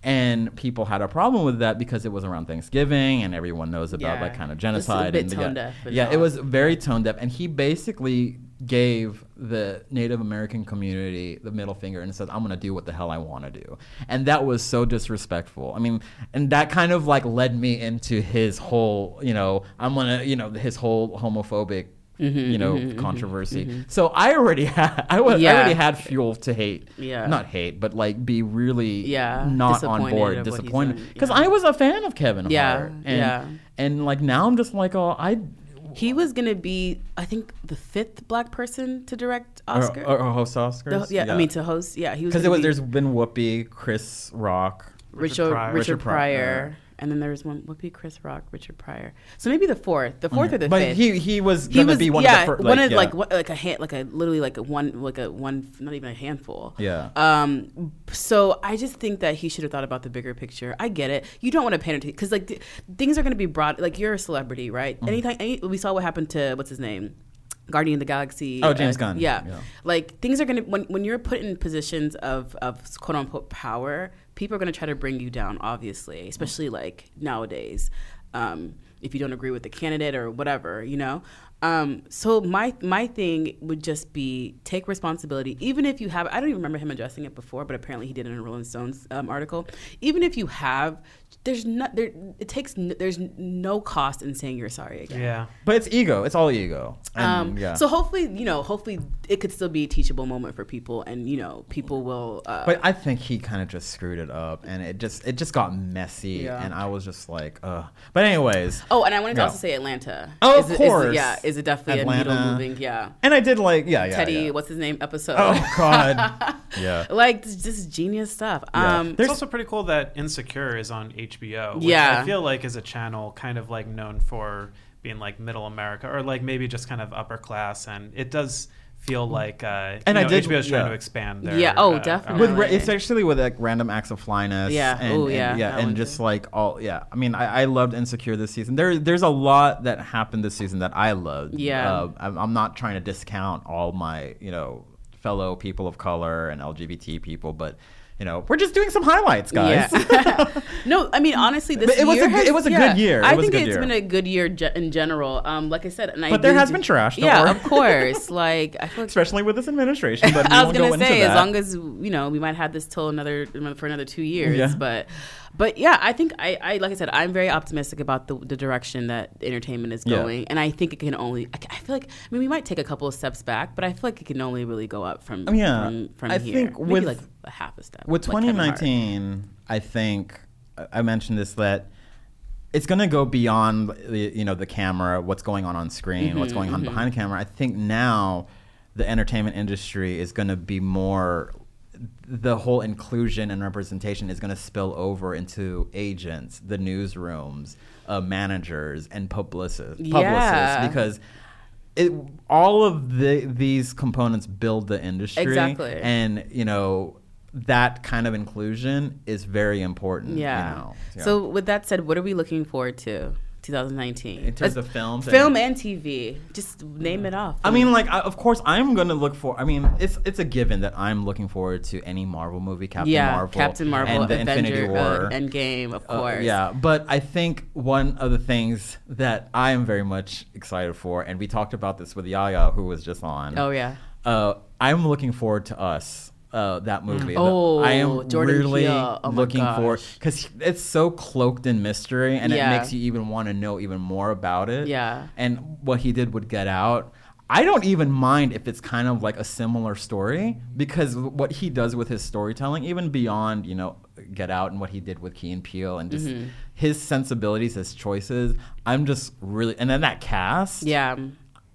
Speaker 2: And people had a problem with that because it was around Thanksgiving, and everyone knows about
Speaker 3: Yeah.
Speaker 2: like kind of
Speaker 3: This is a
Speaker 2: genocide.
Speaker 3: bit
Speaker 2: and the-
Speaker 3: tone deaf, but
Speaker 2: yeah,
Speaker 3: it's
Speaker 2: it
Speaker 3: not.
Speaker 2: was very tone deaf, and he basically gave the Native American community the middle finger and said, "I'm gonna do what the hell I want to do," and that was so disrespectful. I mean, and that kind of like led me into his whole, you know, I'm gonna, you know, his whole homophobic.
Speaker 3: Mm-hmm,
Speaker 2: you know controversy. So I already had I, wa- I
Speaker 3: Yeah.
Speaker 2: already had fuel to hate.
Speaker 3: Yeah.
Speaker 2: Not hate, but like be really
Speaker 3: Yeah,
Speaker 2: not on
Speaker 3: disappointed
Speaker 2: board,
Speaker 3: of what he's
Speaker 2: disappointed.
Speaker 3: done,
Speaker 2: Because
Speaker 3: yeah.
Speaker 2: I was a fan of Kevin
Speaker 3: Yeah,
Speaker 2: Hart. And,
Speaker 3: yeah.
Speaker 2: And like now I'm just like, oh, I
Speaker 3: he was gonna be, I think, the fifth black person to direct
Speaker 2: or,
Speaker 3: Oscar.
Speaker 2: or, or host Oscars.
Speaker 3: The- yeah, I mean to host. Yeah, he was
Speaker 2: because
Speaker 3: gonna
Speaker 2: it was
Speaker 3: be
Speaker 2: there's been Whoopi, Chris Rock.
Speaker 3: Richard
Speaker 5: Pryor.
Speaker 3: Richard,
Speaker 2: Richard Pryor.
Speaker 3: Pryor. And then there was one would be Chris Rock, Richard Pryor. So maybe the fourth, the fourth or the
Speaker 2: But
Speaker 3: fifth.
Speaker 2: he he was
Speaker 3: he
Speaker 2: gonna
Speaker 3: was
Speaker 2: be one
Speaker 3: yeah,
Speaker 2: of the first.
Speaker 3: one of
Speaker 2: yeah.
Speaker 3: like what, like a hand, like a literally like a one like a one not even a handful.
Speaker 2: Yeah.
Speaker 3: Um. So I just think that he should have thought about the bigger picture. I get it. You don't want to panic because like th- things are going to be brought. Like you're a celebrity, right?
Speaker 2: Mm.
Speaker 3: Anytime any, we saw what happened to what's his name. Guardian of the Galaxy. uh,
Speaker 2: Oh, James Gunn.
Speaker 3: Yeah.
Speaker 2: Yeah.
Speaker 3: Like things are gonna when when you're put in positions of of quote unquote power, people are gonna try to bring you down. Obviously, especially like nowadays, um, if you don't agree with the candidate or whatever, you know. Um, so my my thing would just be take responsibility, even if you have. I don't even remember him addressing it before, but apparently he did in a Rolling Stones um, article. Even if you have, there's not there. It takes n- there's no cost in saying you're sorry again.
Speaker 5: Yeah.
Speaker 2: But it's ego. It's all ego. And,
Speaker 3: Um,
Speaker 2: Mm-hmm. yeah.
Speaker 3: So hopefully, you know, hopefully it could still be a teachable moment for people, and you know, people will. Uh,
Speaker 2: but I think he kind of just screwed it up, and it just it just got messy,
Speaker 3: Yeah.
Speaker 2: and I was just like, ugh. But anyways.
Speaker 3: oh, and I wanted to
Speaker 2: Yeah.
Speaker 3: also say Atlanta.
Speaker 2: Oh,
Speaker 3: is
Speaker 2: of
Speaker 3: it- is it-
Speaker 2: course.
Speaker 3: yeah, is it definitely a needle
Speaker 2: Atlanta.
Speaker 3: moving? Yeah.
Speaker 2: And I did like yeah yeah
Speaker 3: Teddy,
Speaker 2: yeah.
Speaker 3: what's his name? Episode.
Speaker 2: oh god yeah
Speaker 3: like this just genius stuff.
Speaker 2: Yeah.
Speaker 3: Um,
Speaker 5: It's also pretty cool that Insecure is on HBO. Which
Speaker 3: Yeah.
Speaker 5: I feel like is a channel kind of like known for being like middle America or like maybe just kind of upper class. And it does feel like uh,
Speaker 2: And
Speaker 5: you
Speaker 2: I
Speaker 5: know,
Speaker 2: did-
Speaker 5: HBO is trying
Speaker 2: yeah.
Speaker 5: to expand their.
Speaker 3: Yeah, oh,
Speaker 5: uh,
Speaker 3: definitely.
Speaker 5: outreach.
Speaker 2: with ra- especially with like random acts of flyness.
Speaker 3: Yeah.
Speaker 2: And,
Speaker 3: Ooh,
Speaker 2: and-
Speaker 3: yeah, that one
Speaker 2: and just like all. Yeah. I mean, I, I loved Insecure this season. There, there's a lot that happened this season that I loved.
Speaker 3: Yeah.
Speaker 2: Uh, I'm, I'm not trying to discount all my, you know, fellow people of color and LGBT people, but you know, we're just doing some highlights, guys.
Speaker 3: Yeah. no, I mean honestly, this
Speaker 2: But it was
Speaker 3: year
Speaker 2: a good-
Speaker 3: has-
Speaker 2: it was a
Speaker 3: yeah,
Speaker 2: good year. It
Speaker 3: I
Speaker 2: was a
Speaker 3: think
Speaker 2: good
Speaker 3: it's
Speaker 2: year.
Speaker 3: been a good year ge- in general. Um, like I said, and I
Speaker 2: But there
Speaker 3: do-
Speaker 2: has been trash, don't
Speaker 3: Yeah,
Speaker 2: worry.
Speaker 3: of course. Like I feel like
Speaker 2: Especially with this administration, but we
Speaker 3: I was
Speaker 2: won't
Speaker 3: gonna
Speaker 2: go
Speaker 3: say,
Speaker 2: into
Speaker 3: as
Speaker 2: that.
Speaker 3: long as you know, we might have this till another for another two years.
Speaker 2: Yeah.
Speaker 3: But, but yeah, I think I, I like I said, I'm very optimistic about the, the direction that entertainment is
Speaker 2: Yeah.
Speaker 3: going, and I think it can only. I, I feel like I mean, we might take a couple of steps back, but I feel like it can only really go up from
Speaker 2: Yeah.
Speaker 3: from, from
Speaker 2: I
Speaker 3: here.
Speaker 2: think
Speaker 3: Maybe
Speaker 2: with-
Speaker 3: like a half a step
Speaker 2: with
Speaker 3: like Kevin Hart.
Speaker 2: 2019 i think I- i mentioned this that it's going to go beyond the, you know the camera what's going on on screen
Speaker 3: Mm-hmm,
Speaker 2: what's going on behind the camera i think now the entertainment industry is going to be more the whole inclusion and representation is going to spill over into agents, the newsrooms, uh, managers, and publicists.
Speaker 3: Yeah.
Speaker 2: Publicists, because it, all of the, these components build the industry.
Speaker 3: Exactly.
Speaker 2: and you know that kind of inclusion is very important. you
Speaker 3: Yeah.
Speaker 2: know. Yeah.
Speaker 3: So with that said, what are we looking forward to 2019
Speaker 2: in terms of films, and-
Speaker 3: film and TV? Just name it off.
Speaker 2: I mean, like, I, of course, I'm gonna look for. I mean, it's it's a given that I'm looking forward to any Marvel movie, Captain
Speaker 3: yeah,
Speaker 2: Marvel,
Speaker 3: Captain Marvel,
Speaker 2: and the Infinity
Speaker 3: Avenger,
Speaker 2: War,
Speaker 3: uh, Endgame, of
Speaker 2: Uh,
Speaker 3: course.
Speaker 2: yeah, but I think one of the things that I am very much excited for, and we talked about this with Yaya, who was just on.
Speaker 3: Oh yeah.
Speaker 2: Uh, I'm looking forward to us. Uh, that movie. The-
Speaker 3: Oh,
Speaker 2: I am
Speaker 3: Jordan
Speaker 2: really
Speaker 3: Peele. Oh my
Speaker 2: looking for
Speaker 3: gosh.
Speaker 2: because it's so cloaked in mystery, and
Speaker 3: Yeah.
Speaker 2: it makes you even want to know even more about it.
Speaker 3: Yeah.
Speaker 2: And what he did would Get Out. I don't even mind if it's kind of like a similar story because what he does with his storytelling, even beyond you know Get Out and what he did with Key and Peele and just
Speaker 3: Mm-hmm.
Speaker 2: his sensibilities, his choices. I'm just really, and then that cast
Speaker 3: Yeah.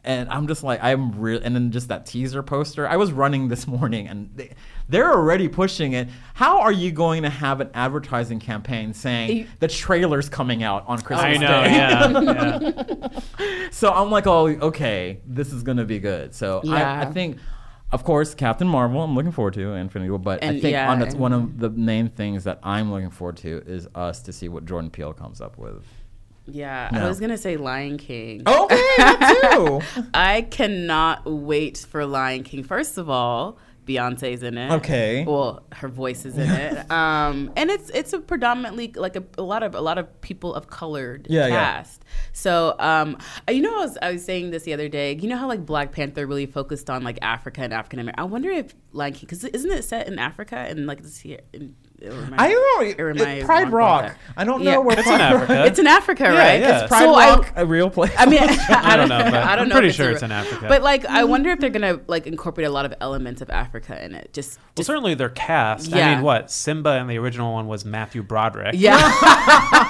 Speaker 2: and I'm just like I'm real, and then just that teaser poster. I was running this morning, and they, they're already pushing it. How are you going to have an advertising campaign saying
Speaker 3: You-
Speaker 2: the trailer's coming out on Christmas
Speaker 5: I know,
Speaker 2: Day?
Speaker 5: yeah, yeah.
Speaker 2: So I'm like, oh, okay, this is gonna be good. So
Speaker 3: Yeah.
Speaker 2: I, I think, of course, Captain Marvel. I'm looking forward to Infinity War, but
Speaker 3: And-
Speaker 2: I think
Speaker 3: yeah,
Speaker 2: on that's
Speaker 3: and-
Speaker 2: one of the main things that I'm looking forward to is us to see what Jordan Peele comes up with.
Speaker 3: Yeah. I
Speaker 2: No. Oh,
Speaker 3: was gonna say Lion King.
Speaker 2: Okay, me too.
Speaker 3: I cannot wait for Lion King. First of all, Beyonce's in it.
Speaker 2: Okay.
Speaker 3: Well, her voice is in it. Um, and it's it's a predominantly like a, a lot of a lot of people of colored
Speaker 2: Yeah, yeah.
Speaker 3: cast. So um, uh, you know, I was I was saying this the other day. You know how like Black Panther really focused on like Africa and African American. I wonder if Lion King because isn't it set in Africa and like this here. In, it remind-
Speaker 2: I don't
Speaker 3: it
Speaker 2: know.
Speaker 3: reminds-
Speaker 2: Pride Rock. I don't know where
Speaker 5: It's in Africa.
Speaker 3: It's in Africa, right?
Speaker 5: yeah.
Speaker 3: So
Speaker 5: It's
Speaker 2: Pride
Speaker 3: I-
Speaker 2: Rock a real place?
Speaker 3: I mean, I don't
Speaker 5: don't know,
Speaker 3: know.
Speaker 5: but
Speaker 3: I don't
Speaker 5: I'm
Speaker 3: know.
Speaker 5: pretty
Speaker 3: if it's
Speaker 5: sure
Speaker 3: a-
Speaker 5: it's in Africa. Mm.
Speaker 3: But like, I wonder if they're gonna like incorporate a lot of elements of Africa in it. Just,
Speaker 5: Well,
Speaker 3: just
Speaker 5: certainly their cast. I
Speaker 3: Yeah.
Speaker 5: mean, what Simba in the original one was Matthew Broderick.
Speaker 3: yeah.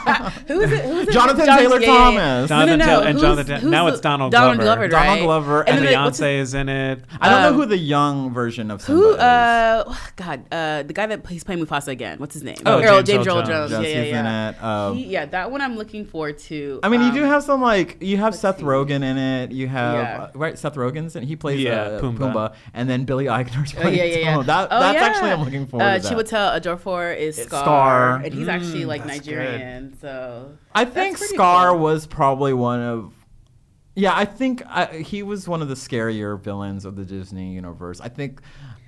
Speaker 3: who is it? Who is it?
Speaker 2: Jonathan
Speaker 3: Jon-
Speaker 2: Taylor
Speaker 3: yeah,
Speaker 2: Thomas.
Speaker 3: Yeah, yeah. No,
Speaker 5: Jonathan
Speaker 3: no, no.
Speaker 5: Taylor- and
Speaker 3: Who's-
Speaker 5: Jonathan-
Speaker 3: who's
Speaker 5: now
Speaker 3: the-
Speaker 5: it's Donald
Speaker 3: Donald Glover,
Speaker 5: Glover.
Speaker 2: Donald
Speaker 3: right?
Speaker 2: Glover
Speaker 5: And,
Speaker 2: And
Speaker 3: then, like, what's his-
Speaker 5: Beyonce is in it.
Speaker 2: I don't
Speaker 3: Um,
Speaker 2: know who the young version of Simba
Speaker 3: Who?
Speaker 2: is.
Speaker 3: Uh, God, uh, the guy that he's playing Mufasa again. What's his name?
Speaker 5: Oh,
Speaker 3: Earl-
Speaker 5: James Earl Jones.
Speaker 3: Yeah,
Speaker 2: Yes,
Speaker 3: yeah,
Speaker 2: he's
Speaker 3: yeah.
Speaker 2: in it. Um,
Speaker 3: He- yeah, that one I'm looking forward to.
Speaker 2: I mean,
Speaker 3: Um,
Speaker 2: you do have some like you have Seth Rogen in it. You have
Speaker 3: Yeah.
Speaker 2: uh, right Seth Rogen's in. He plays
Speaker 5: Yeah,
Speaker 2: uh,
Speaker 5: Pumbaa.
Speaker 2: Pumbaa. and then Billy Eichner's
Speaker 3: Oh,
Speaker 2: playing.
Speaker 3: yeah, yeah, yeah.
Speaker 2: Dumbo. That,
Speaker 3: Oh,
Speaker 2: that's
Speaker 3: yeah.
Speaker 2: actually I'm looking forward
Speaker 3: uh,
Speaker 2: to. That. Mm,
Speaker 3: Chiwetel Ejiofor is Scar,
Speaker 2: Scar.
Speaker 3: and he's actually like
Speaker 5: that's good.
Speaker 3: Nigerian. So
Speaker 2: I
Speaker 3: that's
Speaker 2: think
Speaker 3: pretty
Speaker 2: Scar
Speaker 3: cool.
Speaker 2: was probably one of. Yeah, I think I, he was one of the scarier villains of the Disney universe. I think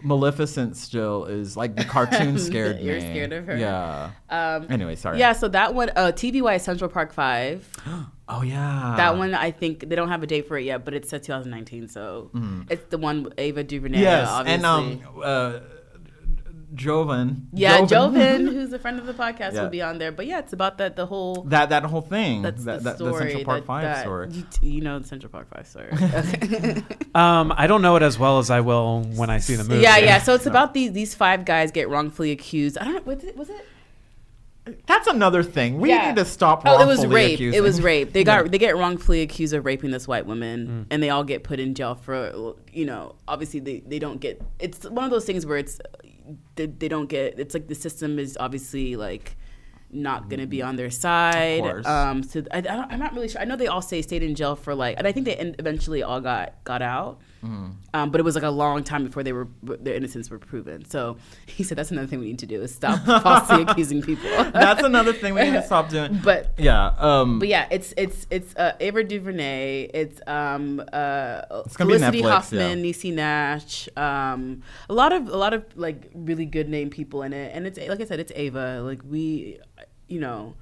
Speaker 2: Maleficent still is like the cartoon scared
Speaker 3: You're
Speaker 2: me.
Speaker 3: scared of her?
Speaker 2: Yeah.
Speaker 3: Um,
Speaker 2: anyway, sorry.
Speaker 3: Yeah, so that one, uh, TVY Central Park Five.
Speaker 2: Oh yeah.
Speaker 3: That one, I think they don't have a date for it yet, but it's set 2019, so it's the one with Ava DuVernay.
Speaker 2: Mm-hmm. Yes,
Speaker 3: obviously.
Speaker 2: and um, uh, Jovan.
Speaker 3: yeah, Jovan, who's a friend of the podcast,
Speaker 2: Yeah.
Speaker 3: will be on there. But yeah, it's about that the whole
Speaker 2: That that whole thing.
Speaker 3: that's
Speaker 2: that,
Speaker 3: the
Speaker 2: that-
Speaker 3: story.
Speaker 2: Central Park
Speaker 3: that-
Speaker 2: Five
Speaker 3: that-
Speaker 2: story.
Speaker 3: You, t- you know the Central Park Five story. Okay.
Speaker 5: Um, I don't know it as well as I will when I see the movie.
Speaker 3: yeah, yeah. So it's about these these five guys get wrongfully accused. I don't know. Was it? Was it?
Speaker 2: That's another thing. We
Speaker 3: Yeah.
Speaker 2: need to stop.
Speaker 3: Oh, it was
Speaker 2: wrongfully
Speaker 3: rape. It
Speaker 2: accusing.
Speaker 3: was rape. They got they get wrongfully accused of raping this white woman,
Speaker 2: Mm.
Speaker 3: and they all get put in jail for you know. Obviously, they, they don't get. It's one of those things where it's they, they don't get. It's like the system is obviously like not going to be on their side.
Speaker 2: Mm-hmm. course.
Speaker 3: Um, so I, I don't, I'm not really sure. I know they all say stayed in jail for like, and I think they en- eventually all got got out.
Speaker 2: Mm-hmm.
Speaker 3: Um, but it was like a long time before they were their innocence were proven. So he said that's another thing we need to do is stop falsely accusing people.
Speaker 2: That's another thing we need to stop doing.
Speaker 3: But
Speaker 2: yeah, um,
Speaker 3: but yeah, it's it's it's uh, Ava DuVernay, it's um uh
Speaker 2: gonna be Netflix,
Speaker 3: Felicity
Speaker 2: yeah.
Speaker 3: Hoffman, Niecy Nash, um a lot of a lot of like really good name people in it, and it's like I said, it's Ava. Like we, you know,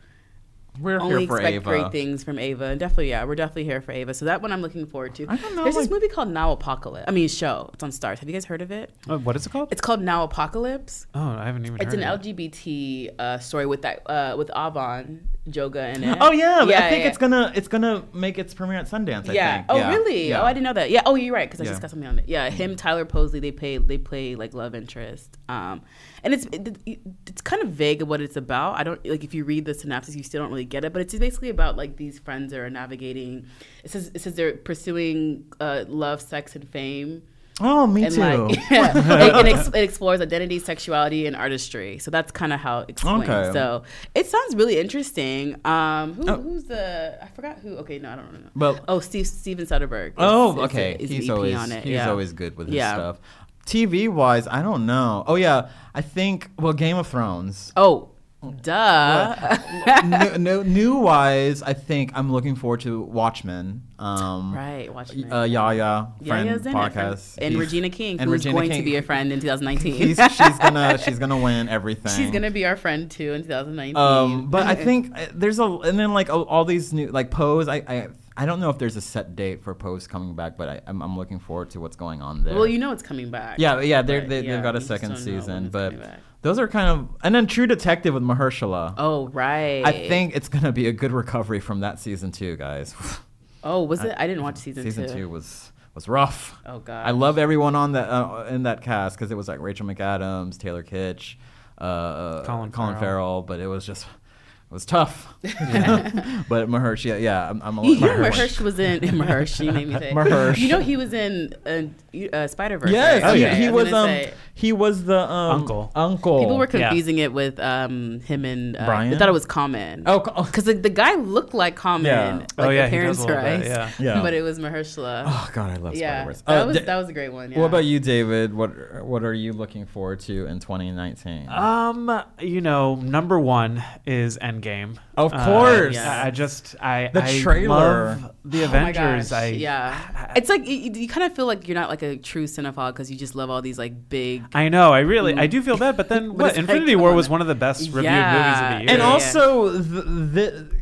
Speaker 2: we're
Speaker 3: only
Speaker 2: here for
Speaker 3: expect
Speaker 2: Ava.
Speaker 3: great things from Ava, and definitely yeah, we're definitely here for Ava. So that one I'm looking forward to.
Speaker 2: I don't know,
Speaker 3: There's this
Speaker 2: like-
Speaker 3: movie called Now Apocalypse. I mean, show. It's on Stars. Have you guys heard of it?
Speaker 5: Uh, what is it called?
Speaker 3: It's called Now Apocalypse.
Speaker 5: oh, I haven't even.
Speaker 3: It's
Speaker 5: heard
Speaker 3: an
Speaker 5: of it.
Speaker 3: LGBT uh, story with that uh, with Avon Joga in it.
Speaker 2: Oh yeah, but I think
Speaker 3: yeah.
Speaker 2: it's gonna it's gonna make its premiere at Sundance. I
Speaker 3: yeah.
Speaker 2: think.
Speaker 3: Oh, really? Oh, I didn't know that. Yeah. Oh, you're right. Because I
Speaker 2: Yeah.
Speaker 3: just got something on it. Yeah. Him, Tyler Posey. They play. They play like love interest. Um, and it's it, it- it's kind of vague of what it's about. I don't like if you read the synopsis, you still don't really get it. But it's basically about like these friends are navigating. It says it says they're pursuing uh, love, sex, and fame.
Speaker 2: Oh, me
Speaker 3: and
Speaker 2: too.
Speaker 3: like and, ex- it explores identity, sexuality, and artistry. So that's kind of how it explains.
Speaker 2: Okay. Oh.
Speaker 3: So it sounds really interesting. Um, who, Who's the? I forgot who. Okay, no, I don't know.
Speaker 2: Well-
Speaker 3: oh, Steve Steven Soderbergh. is- is
Speaker 2: Oh,
Speaker 3: a-
Speaker 2: okay.
Speaker 3: is an
Speaker 2: he's
Speaker 3: EP
Speaker 2: always
Speaker 3: on it.
Speaker 2: he's
Speaker 3: yeah.
Speaker 2: always good with his
Speaker 3: Yeah.
Speaker 2: stuff. TV wise, I don't know. Oh yeah, I think well Game of Thrones.
Speaker 3: Oh, duh.
Speaker 2: new, new, new wise, I think I'm looking forward to Watchmen. Um,
Speaker 3: right. Watch.
Speaker 2: Uh, Yaya
Speaker 3: Yeah,
Speaker 2: friend
Speaker 3: yeah, Zen, our friend.
Speaker 2: podcast
Speaker 3: and
Speaker 2: He's-
Speaker 3: Regina King,
Speaker 2: and
Speaker 3: who's
Speaker 2: Regina
Speaker 3: going
Speaker 2: King.
Speaker 3: to be a friend in 2019.
Speaker 2: He's, she's gonna she's gonna win everything.
Speaker 3: She's gonna be our friend too in 2019.
Speaker 2: Um, but I think uh, there's a and then like all- all these new like Pose. I, I I don't know if there's a set date for Pose coming back, but I, I'm, I'm looking forward to what's going on there.
Speaker 3: well, you know it's coming back.
Speaker 2: yeah, yeah, they're,
Speaker 3: But,
Speaker 2: they,
Speaker 3: yeah,
Speaker 2: they've got a
Speaker 3: we just
Speaker 2: second
Speaker 3: don't know when
Speaker 2: season,
Speaker 3: it's
Speaker 2: but
Speaker 3: coming back.
Speaker 2: those are kind of and then True Detective with Mahershala.
Speaker 3: Oh right.
Speaker 2: I think it's gonna be a good recovery from that season two, guys.
Speaker 3: Oh, was it? I didn't watch season,
Speaker 2: season two was was rough.
Speaker 3: Oh,
Speaker 2: I
Speaker 3: gosh.
Speaker 2: love everyone on that uh, in that cast because it was like Rachel McAdams, Taylor Kitsch, uh,
Speaker 5: Colin
Speaker 2: Colin
Speaker 5: Farrell.
Speaker 2: Farrell, but it was just it was tough. but Mahersh, yeah, yeah I'm, I'm a
Speaker 3: You know
Speaker 2: Mahersh.
Speaker 3: Mahersh was in Mahersh. You made me say it.
Speaker 2: Mahersh.
Speaker 3: You know he was in uh, uh, Spider Verse.
Speaker 2: Yes,
Speaker 5: Oh,
Speaker 2: he,
Speaker 5: yeah.
Speaker 2: he
Speaker 5: I
Speaker 2: was um he was the um,
Speaker 5: Uncle.
Speaker 2: Uncle.
Speaker 3: people were
Speaker 5: Yeah.
Speaker 3: confusing it with um him and uh,
Speaker 2: Brian?
Speaker 3: They thought it was Common.
Speaker 2: Oh, co- oh.
Speaker 3: because the, the guy looked like Common.
Speaker 2: Yeah.
Speaker 3: Like
Speaker 5: Oh, yeah,
Speaker 3: the
Speaker 5: he does
Speaker 3: parents
Speaker 5: a little bit,
Speaker 3: wise.
Speaker 5: yeah.
Speaker 2: Yeah.
Speaker 3: But it was Mahershala.
Speaker 2: Oh God, I love
Speaker 3: yeah,
Speaker 2: Spider-Verse.
Speaker 3: that
Speaker 2: Uh,
Speaker 3: was
Speaker 2: Da-
Speaker 3: that was a great one. Yeah.
Speaker 2: What about you, David? What what are you looking forward to in 2019?
Speaker 5: Um, you know, number one is Endgame.
Speaker 2: Of
Speaker 5: Uh,
Speaker 2: course.
Speaker 5: I I just I
Speaker 2: The
Speaker 5: I
Speaker 2: trailer.
Speaker 5: love the
Speaker 3: Oh my
Speaker 5: Avengers.
Speaker 3: gosh,
Speaker 5: I
Speaker 3: yeah, it's like you, you kind of feel like you're not like a true cinephile because you just love all these like big.
Speaker 5: I know. I really I do feel bad, but then
Speaker 3: But
Speaker 5: what?
Speaker 3: it's like,
Speaker 5: Infinity
Speaker 3: come
Speaker 5: War
Speaker 3: on.
Speaker 5: was one of the best reviewed
Speaker 3: Yeah.
Speaker 5: movies of the year.
Speaker 2: and
Speaker 3: Yeah.
Speaker 2: also the, the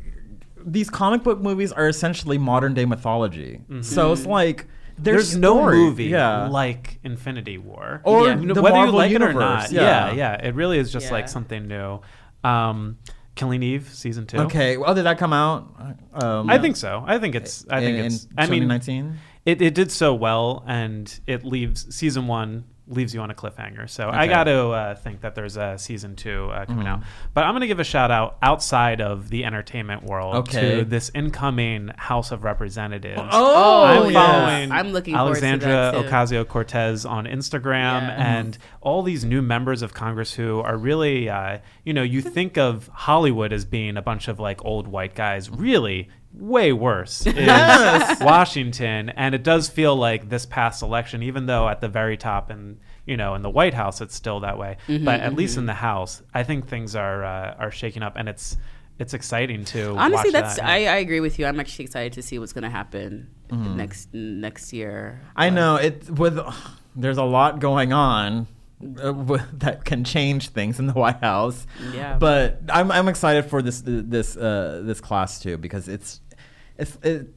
Speaker 2: these comic book movies are essentially modern day mythology so it's like
Speaker 5: Mm-hmm. there's,
Speaker 2: there's
Speaker 5: no
Speaker 2: story.
Speaker 5: movie
Speaker 2: yeah
Speaker 5: like Infinity War,
Speaker 2: Or
Speaker 5: N-
Speaker 2: the
Speaker 5: whether you
Speaker 2: Marvel
Speaker 5: like it or
Speaker 2: Universe,
Speaker 5: not.
Speaker 2: yeah.
Speaker 5: Yeah, yeah. It really is just
Speaker 3: Yeah.
Speaker 5: like something new. Um, Killing Eve season two.
Speaker 2: okay well did that come out um,
Speaker 5: I think so. I think it's. I think
Speaker 2: in,
Speaker 5: it's.
Speaker 2: in
Speaker 5: I mean,
Speaker 2: 2019
Speaker 5: it, it did so well, and it leaves season one leaves you on a cliffhanger. So I
Speaker 2: Okay. Hmm.
Speaker 5: got to uh, think that there's a season two uh, coming out. But I'm going to give a shout out outside of the entertainment world
Speaker 2: Okay.
Speaker 5: to this incoming House of Representatives.
Speaker 2: oh
Speaker 5: I'm
Speaker 3: yeah.
Speaker 5: following
Speaker 3: I'm looking forward to that,
Speaker 5: Alexandra
Speaker 3: too.
Speaker 5: Ocasio Cortez on Instagram
Speaker 3: Yeah.
Speaker 5: and all these new members of Congress who are really, uh, you know, you think of Hollywood as being a bunch of like old white guys, really. Way worse is Washington, and it does feel like this past election, even though at the very top and you know in the White House it's still that way,
Speaker 3: Mm-hmm,
Speaker 5: but at least in the House, I think things are uh, are shaking up, and it's it's exciting to
Speaker 3: Honestly,
Speaker 5: watch
Speaker 3: that's
Speaker 5: that.
Speaker 3: I, I agree with you. I'm actually excited to see what's going to happen
Speaker 2: Mm-hmm.
Speaker 3: next next year.
Speaker 2: i know it with there's a lot going on uh, w- that can change things in the White House.
Speaker 3: Yeah.
Speaker 2: But I'm, I'm excited for this this uh, this class too because it's it's it,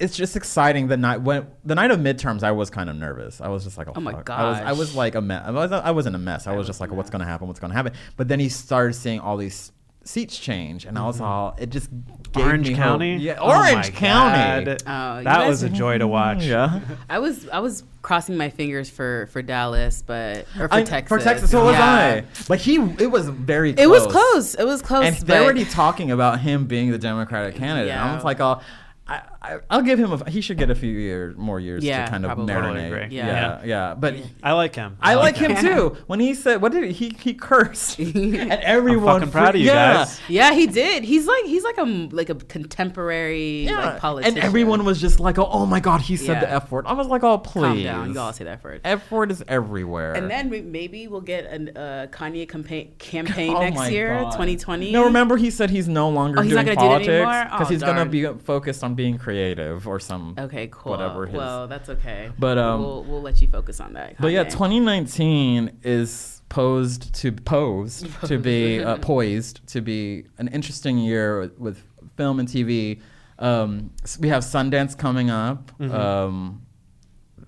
Speaker 2: it's just exciting the night when the night of midterms I was kind of nervous. I was just like, oh,
Speaker 3: my
Speaker 2: fuck. I was I was
Speaker 3: gosh.
Speaker 2: like a mess. I, was, I wasn't a mess. I was just like, what's going to happen? What's going to happen? But then you started seeing all these seats change and I was all it just gave
Speaker 5: Orange
Speaker 2: me hope.
Speaker 5: County?
Speaker 2: Yeah,
Speaker 5: Oh my
Speaker 2: Orange County.
Speaker 5: God.
Speaker 3: Oh, you
Speaker 5: that
Speaker 3: guys-
Speaker 5: was a joy to watch.
Speaker 2: Yeah.
Speaker 3: I was I was crossing my fingers for for Dallas, but or for
Speaker 2: I-
Speaker 3: Texas.
Speaker 2: For Texas, so was
Speaker 3: Yeah.
Speaker 2: I. But he, it was very. Close.
Speaker 3: It was close. It was close.
Speaker 2: And they're
Speaker 3: but-
Speaker 2: already talking about him being the Democratic candidate. And I
Speaker 3: Yeah.
Speaker 2: was like, oh, I, I, I'll give him a. He should get a few year, more years
Speaker 3: Yeah,
Speaker 2: to kind of
Speaker 3: probably.
Speaker 5: Totally
Speaker 2: marinate.
Speaker 5: agree.
Speaker 2: Yeah.
Speaker 3: Yeah.
Speaker 2: yeah, But
Speaker 5: I like him.
Speaker 2: I like him too. When he said, "What did he?" He, he cursed, and everyone.
Speaker 5: fucking proud of you
Speaker 2: yeah.
Speaker 5: guys.
Speaker 3: yeah, he did. He's like he's like a m- like a contemporary
Speaker 2: Yeah.
Speaker 3: like politician.
Speaker 2: And everyone was just like, oh, oh my God, he said the
Speaker 3: Yeah.
Speaker 2: F word. I was like, oh, please.
Speaker 3: calm down. You all say that first.
Speaker 2: F word is everywhere.
Speaker 3: And then we, maybe we'll get a uh, Kanye campaign campaign
Speaker 2: Oh my
Speaker 3: next year,
Speaker 2: God.
Speaker 3: 2020.
Speaker 2: No, remember he said he's no longer
Speaker 3: Oh, he's
Speaker 2: doing
Speaker 3: not gonna do
Speaker 2: politics
Speaker 3: it anymore?
Speaker 2: because
Speaker 3: Oh,
Speaker 2: he's gonna
Speaker 3: darn.
Speaker 2: be focused on being creative or some.
Speaker 3: Okay, cool.
Speaker 2: Whatever his.
Speaker 3: well, that's okay.
Speaker 2: But, um,
Speaker 3: we'll, we'll let you focus on that.
Speaker 2: but yeah,
Speaker 3: Kanye.
Speaker 2: 2019 is posed to posed to be uh, poised to be an interesting year with, with film and TV. Um, s- we have Sundance coming up.
Speaker 3: Mm-hmm.
Speaker 2: Um,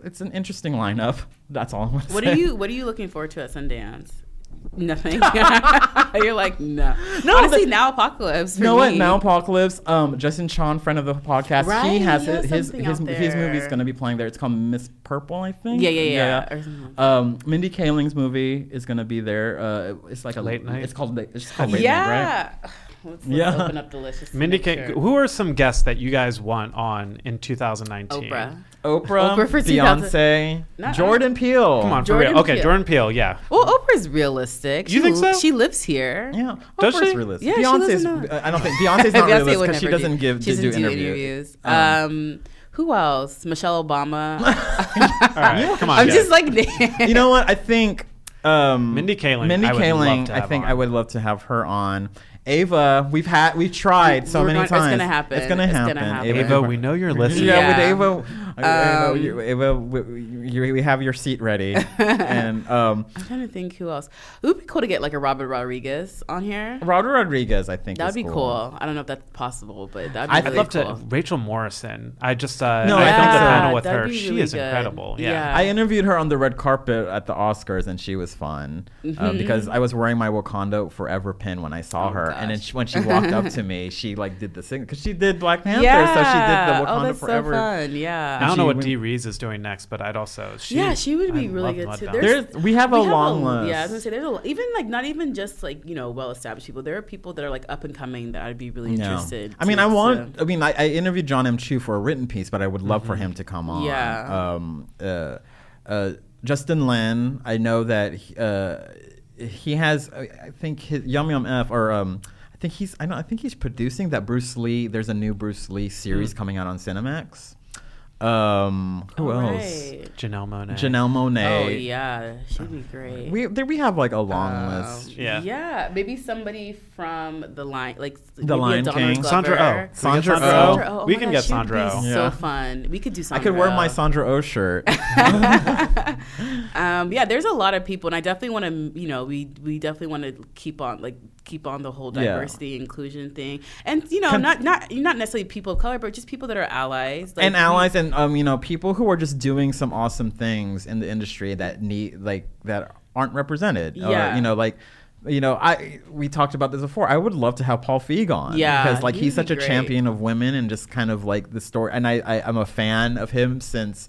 Speaker 2: it's an interesting lineup. That's all. I'm gonna
Speaker 3: What
Speaker 2: say.
Speaker 3: are you What are you looking forward to at Sundance? Nothing. You're like no. No. Honestly, now apocalypse. For
Speaker 2: You know what?
Speaker 3: me.
Speaker 2: Now Apocalypse. Um, Justin Chan, friend of the podcast, he
Speaker 3: Right,
Speaker 2: has
Speaker 3: he has
Speaker 2: it, his
Speaker 3: something
Speaker 2: his
Speaker 3: out
Speaker 2: his
Speaker 3: there.
Speaker 2: movie is going to be playing there. It's called Miss Purple, I think.
Speaker 3: Yeah, yeah, yeah, or something like
Speaker 2: Um, Mindy Kaling's movie is going to be there. Uh, it's like a
Speaker 5: Late Night?
Speaker 2: It's called. It's called Late Night, right?
Speaker 3: yeah. Let's, let's
Speaker 2: Yeah.
Speaker 3: open up the list. just to
Speaker 5: Mindy,
Speaker 3: make
Speaker 5: can,
Speaker 3: sure.
Speaker 5: who are some guests that you guys want on in 2019?
Speaker 3: Oprah.
Speaker 2: Oprah,
Speaker 3: Oprah for 2000.
Speaker 2: Beyonce,
Speaker 3: No,
Speaker 2: Jordan Peele.
Speaker 5: Come on,
Speaker 3: Jordan
Speaker 5: for real. Okay,
Speaker 3: Peele.
Speaker 5: Jordan Peele. Yeah.
Speaker 3: Well, Oprah's realistic.
Speaker 5: You
Speaker 3: she,
Speaker 5: think so?
Speaker 3: She lives here.
Speaker 2: Yeah,
Speaker 5: Does
Speaker 2: Oprah's
Speaker 5: she?
Speaker 2: realistic.
Speaker 3: Yeah, she
Speaker 2: Beyonce's. uh,
Speaker 3: lives in
Speaker 2: I don't think Beyonce's not
Speaker 3: Beyonce
Speaker 2: realistic
Speaker 3: would
Speaker 2: because she
Speaker 3: never
Speaker 2: doesn't give to
Speaker 3: she doesn't
Speaker 2: do
Speaker 3: do
Speaker 2: interviews.
Speaker 3: interviews.
Speaker 2: Um,
Speaker 3: Um, who else? Michelle Obama.
Speaker 5: All right, come on.
Speaker 3: I'm
Speaker 5: yeah.
Speaker 3: just like
Speaker 2: you know what? I think um,
Speaker 5: Mindy Kaling,
Speaker 2: Mindy
Speaker 5: I would love
Speaker 2: Kaling.
Speaker 5: to
Speaker 2: I
Speaker 5: have
Speaker 2: think
Speaker 5: on.
Speaker 2: I would love to have her on. Ava, we've had, we've tried so
Speaker 3: We're
Speaker 2: many
Speaker 3: gonna- it's
Speaker 2: times.
Speaker 3: gonna happen.
Speaker 2: It's gonna
Speaker 3: It's
Speaker 2: happen.
Speaker 3: gonna happen.
Speaker 5: Ava, we know you're listening.
Speaker 2: Yeah,
Speaker 3: Yeah.
Speaker 2: with Ava,
Speaker 3: Um,
Speaker 2: Ava, Ava we, you, we have your seat ready, and um,
Speaker 3: I'm trying to think who else. It would be cool to get like a Robert Rodriguez on here.
Speaker 2: Robert Rodriguez. I think
Speaker 3: That
Speaker 2: is
Speaker 3: would be cool. I don't know if that's possible, but that'd be
Speaker 2: I'd
Speaker 5: I'd
Speaker 3: really
Speaker 5: love
Speaker 3: cool.
Speaker 5: to. Rachel Morrison. I just uh,
Speaker 2: No,
Speaker 5: I
Speaker 2: I
Speaker 5: filmed
Speaker 2: think
Speaker 5: a
Speaker 2: so.
Speaker 5: panel with
Speaker 3: That'd
Speaker 5: her.
Speaker 3: be
Speaker 5: She
Speaker 3: really
Speaker 5: is
Speaker 3: good.
Speaker 5: incredible. Yeah.
Speaker 3: Yeah.
Speaker 2: I interviewed her on the red carpet at the Oscars, and she was fun uh,
Speaker 3: Mm-hmm.
Speaker 2: because I was wearing my Wakanda Forever pin when I saw her, and then
Speaker 3: Oh, gosh.
Speaker 2: she, when she walked up to me, she like did the thing because she did Black Panther,
Speaker 3: yeah.
Speaker 2: so she did the Wakanda
Speaker 3: oh, that's
Speaker 2: Forever.
Speaker 3: so fun. Yeah.
Speaker 5: I don't know
Speaker 2: She
Speaker 5: what
Speaker 2: went-
Speaker 5: Dee Reese is doing next, but I'd also. She,
Speaker 3: yeah, she would be
Speaker 5: I
Speaker 3: really
Speaker 5: love
Speaker 3: good
Speaker 5: Mud
Speaker 3: too.
Speaker 5: Bound.
Speaker 2: There's- we have a long
Speaker 3: a,
Speaker 2: list.
Speaker 3: Yeah, I was gonna say there's a, even like not even just like you know well established people. There are people that are like up and coming that I'd be really
Speaker 2: No.
Speaker 3: interested.
Speaker 2: I mean,
Speaker 3: to-
Speaker 2: I
Speaker 3: to-
Speaker 2: want. I mean, I, I interviewed John M. Chu for a written piece, but I would love for him to come on.
Speaker 3: Mm-hmm. Yeah.
Speaker 2: Um, uh, uh, Justin Lin, I know that he, uh, he has. I I think his Yum Yum F or um, I think he's. I know. I think he's producing that Bruce Lee. There's a new Bruce Lee series
Speaker 3: Mm.
Speaker 2: coming out on Cinemax. Um, who
Speaker 3: All
Speaker 2: else?
Speaker 3: right.
Speaker 5: Janelle Monae.
Speaker 2: Janelle Monet.
Speaker 3: Oh yeah, Oh. she'd be great.
Speaker 2: We there, we have like a long list.
Speaker 5: Yeah.
Speaker 3: yeah, maybe somebody from the line, like maybe a
Speaker 2: Lion
Speaker 3: Donald
Speaker 2: King.
Speaker 5: Sandra
Speaker 3: Glover.
Speaker 5: Oh. Can we get
Speaker 2: Sandra Oh.
Speaker 3: Sandra Oh,
Speaker 5: we
Speaker 3: my
Speaker 5: can
Speaker 3: God,
Speaker 5: get
Speaker 3: she would
Speaker 5: Sandra
Speaker 3: be
Speaker 5: Oh.
Speaker 2: Yeah.
Speaker 3: So fun. We could do
Speaker 2: I
Speaker 3: Sandra.
Speaker 2: could wear my
Speaker 3: Oh.
Speaker 2: Sandra O oh shirt.
Speaker 3: Um, yeah, there's a lot of people, and I definitely want to, you know, we we definitely want to keep on like keep on the whole
Speaker 2: Yeah.
Speaker 3: diversity inclusion thing, and you know,
Speaker 2: Can-
Speaker 3: not not not necessarily people of color, but just people that are allies like,
Speaker 2: and
Speaker 3: we-
Speaker 2: allies and um, you know people who are just doing some awesome things in the industry that need like that aren't represented or
Speaker 3: Yeah.
Speaker 2: you know like you know i we talked about this before i would love to have paul feig on
Speaker 3: Yeah,
Speaker 2: because like
Speaker 3: he'd
Speaker 2: he's
Speaker 3: be
Speaker 2: such a
Speaker 3: great.
Speaker 2: champion of women and just kind of like the story and i, I i'm a fan of him since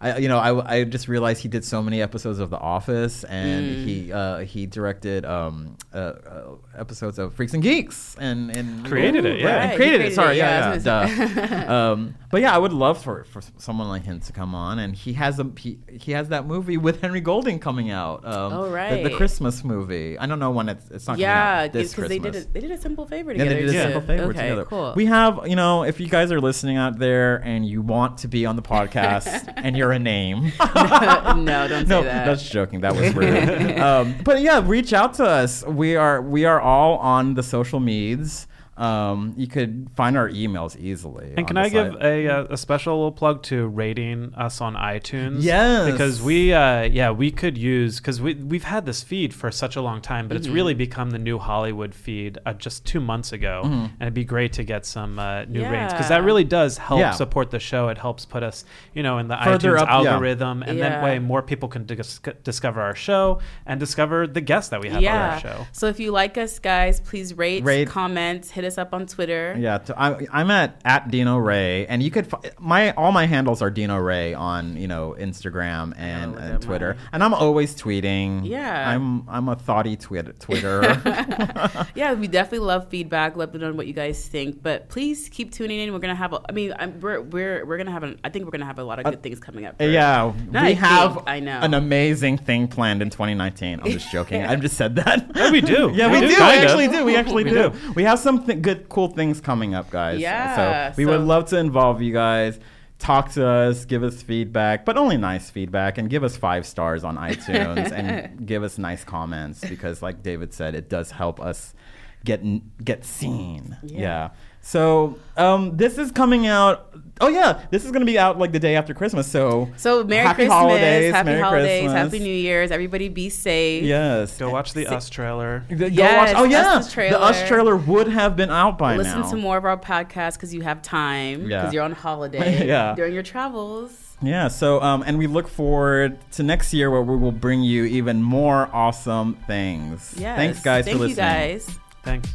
Speaker 2: I, you know, I, I just realized he did so many episodes of The Office, and he
Speaker 3: Mm.
Speaker 2: uh, he directed um, uh, uh, episodes of Freaks and Geeks, and, and
Speaker 5: Created it, yeah.
Speaker 2: right, and
Speaker 3: Right,
Speaker 2: created,
Speaker 3: he
Speaker 2: it.
Speaker 3: created
Speaker 2: Sorry,
Speaker 3: it, yeah, I
Speaker 2: yeah,
Speaker 3: was
Speaker 2: yeah,
Speaker 3: gonna
Speaker 2: duh. um, but yeah, I would love for, for someone like him to come on, and he has a he, he has that movie with Henry Golding coming out. Um,
Speaker 3: Oh,
Speaker 2: the- the,
Speaker 3: right.
Speaker 2: Christmas movie. I don't know when it's it's not coming
Speaker 3: yeah,
Speaker 2: out this
Speaker 3: because
Speaker 2: Christmas.
Speaker 3: they did a, they did a simple favor
Speaker 2: Yeah,
Speaker 3: together.
Speaker 2: they did a
Speaker 3: too.
Speaker 2: simple favor
Speaker 3: okay,
Speaker 2: together.
Speaker 3: Cool.
Speaker 2: We have, you know, if you guys are listening out there and you want to be on the podcast and you're a name,
Speaker 3: no, don't
Speaker 2: no,
Speaker 3: say that.
Speaker 2: that's joking. That was rude. um, but yeah, reach out to us. We are we are all on the social medias. Um, you could find our emails easily. on
Speaker 5: And can
Speaker 2: the
Speaker 5: I give
Speaker 2: site.
Speaker 5: a, uh, a special little plug to rating us on iTunes?
Speaker 2: Yes.
Speaker 5: because we uh, yeah we could use because we we've had this feed for such a long time, but it's
Speaker 2: Mm-hmm.
Speaker 5: really become the new Hollywood feed uh, just two months ago,
Speaker 2: Mm-hmm.
Speaker 5: and it'd be great to get some uh, new ratings because that
Speaker 3: Yeah.
Speaker 5: really does help
Speaker 2: Yeah.
Speaker 5: support the show. It helps put us you know in the
Speaker 2: Further
Speaker 5: iTunes
Speaker 2: up, yeah.
Speaker 5: algorithm, and that
Speaker 3: Yeah.
Speaker 5: way more people can dis- discover our show and discover the guests that we have on our show.
Speaker 3: So if you like us, guys, please rate,
Speaker 2: Rate.
Speaker 3: comment, hit us up on Twitter.
Speaker 2: Yeah, t- I, I'm at at Dino Ray, and you could fi- my all my handles are Dino Ray on you know Instagram and,
Speaker 3: look
Speaker 2: and
Speaker 3: at
Speaker 2: Twitter, and I'm always tweeting.
Speaker 3: Yeah.
Speaker 2: I'm I'm a thoughty twit- Twitter.
Speaker 3: Yeah, we definitely love feedback. Let me know what you guys think. But please keep tuning in. We're gonna have. A, I mean, I'm, we're we're we're gonna have. An, I think we're gonna have a lot of good things coming up. for-
Speaker 2: Uh, yeah, we
Speaker 3: I
Speaker 2: have
Speaker 3: think, I know.
Speaker 2: an amazing thing planned in 2019. I'm just joking. I just said that.
Speaker 5: Yeah, we do.
Speaker 2: Yeah, we, do. We
Speaker 5: kind of.
Speaker 2: actually do. We actually
Speaker 5: We
Speaker 2: do.
Speaker 5: do.
Speaker 2: We have some th- good, cool things coming up, guys.
Speaker 3: Yeah,
Speaker 2: So we would
Speaker 3: so-
Speaker 2: love to involve you guys. Talk to us, give us feedback, but only nice feedback, and give us five stars on iTunes and give us nice comments because, like David said, it does help us get n- get seen. Yeah. So um, this is coming out. Oh yeah, this is gonna be out like the day after Christmas. So
Speaker 3: So Merry
Speaker 2: happy
Speaker 3: Christmas,
Speaker 2: holidays,
Speaker 3: Happy
Speaker 2: Merry
Speaker 3: Holidays,
Speaker 2: Christmas.
Speaker 3: Happy New Year's. Everybody be safe.
Speaker 2: Yes.
Speaker 5: Go watch the Us trailer.
Speaker 2: The- go
Speaker 3: Yes,
Speaker 2: watch- oh yeah,
Speaker 3: Us's
Speaker 2: the Us
Speaker 3: trailer.
Speaker 2: trailer would have been out by
Speaker 3: Listen
Speaker 2: now.
Speaker 3: to more of our podcast because you have time because
Speaker 2: Yeah.
Speaker 3: you're on holiday
Speaker 2: Yeah.
Speaker 3: during your travels.
Speaker 2: Yeah. So, um, and we look forward to next year where we will bring you even more awesome things.
Speaker 3: Yes.
Speaker 2: Thanks, guys,
Speaker 3: Thank
Speaker 2: for
Speaker 3: you
Speaker 2: listening.
Speaker 3: guys.
Speaker 5: Thanks.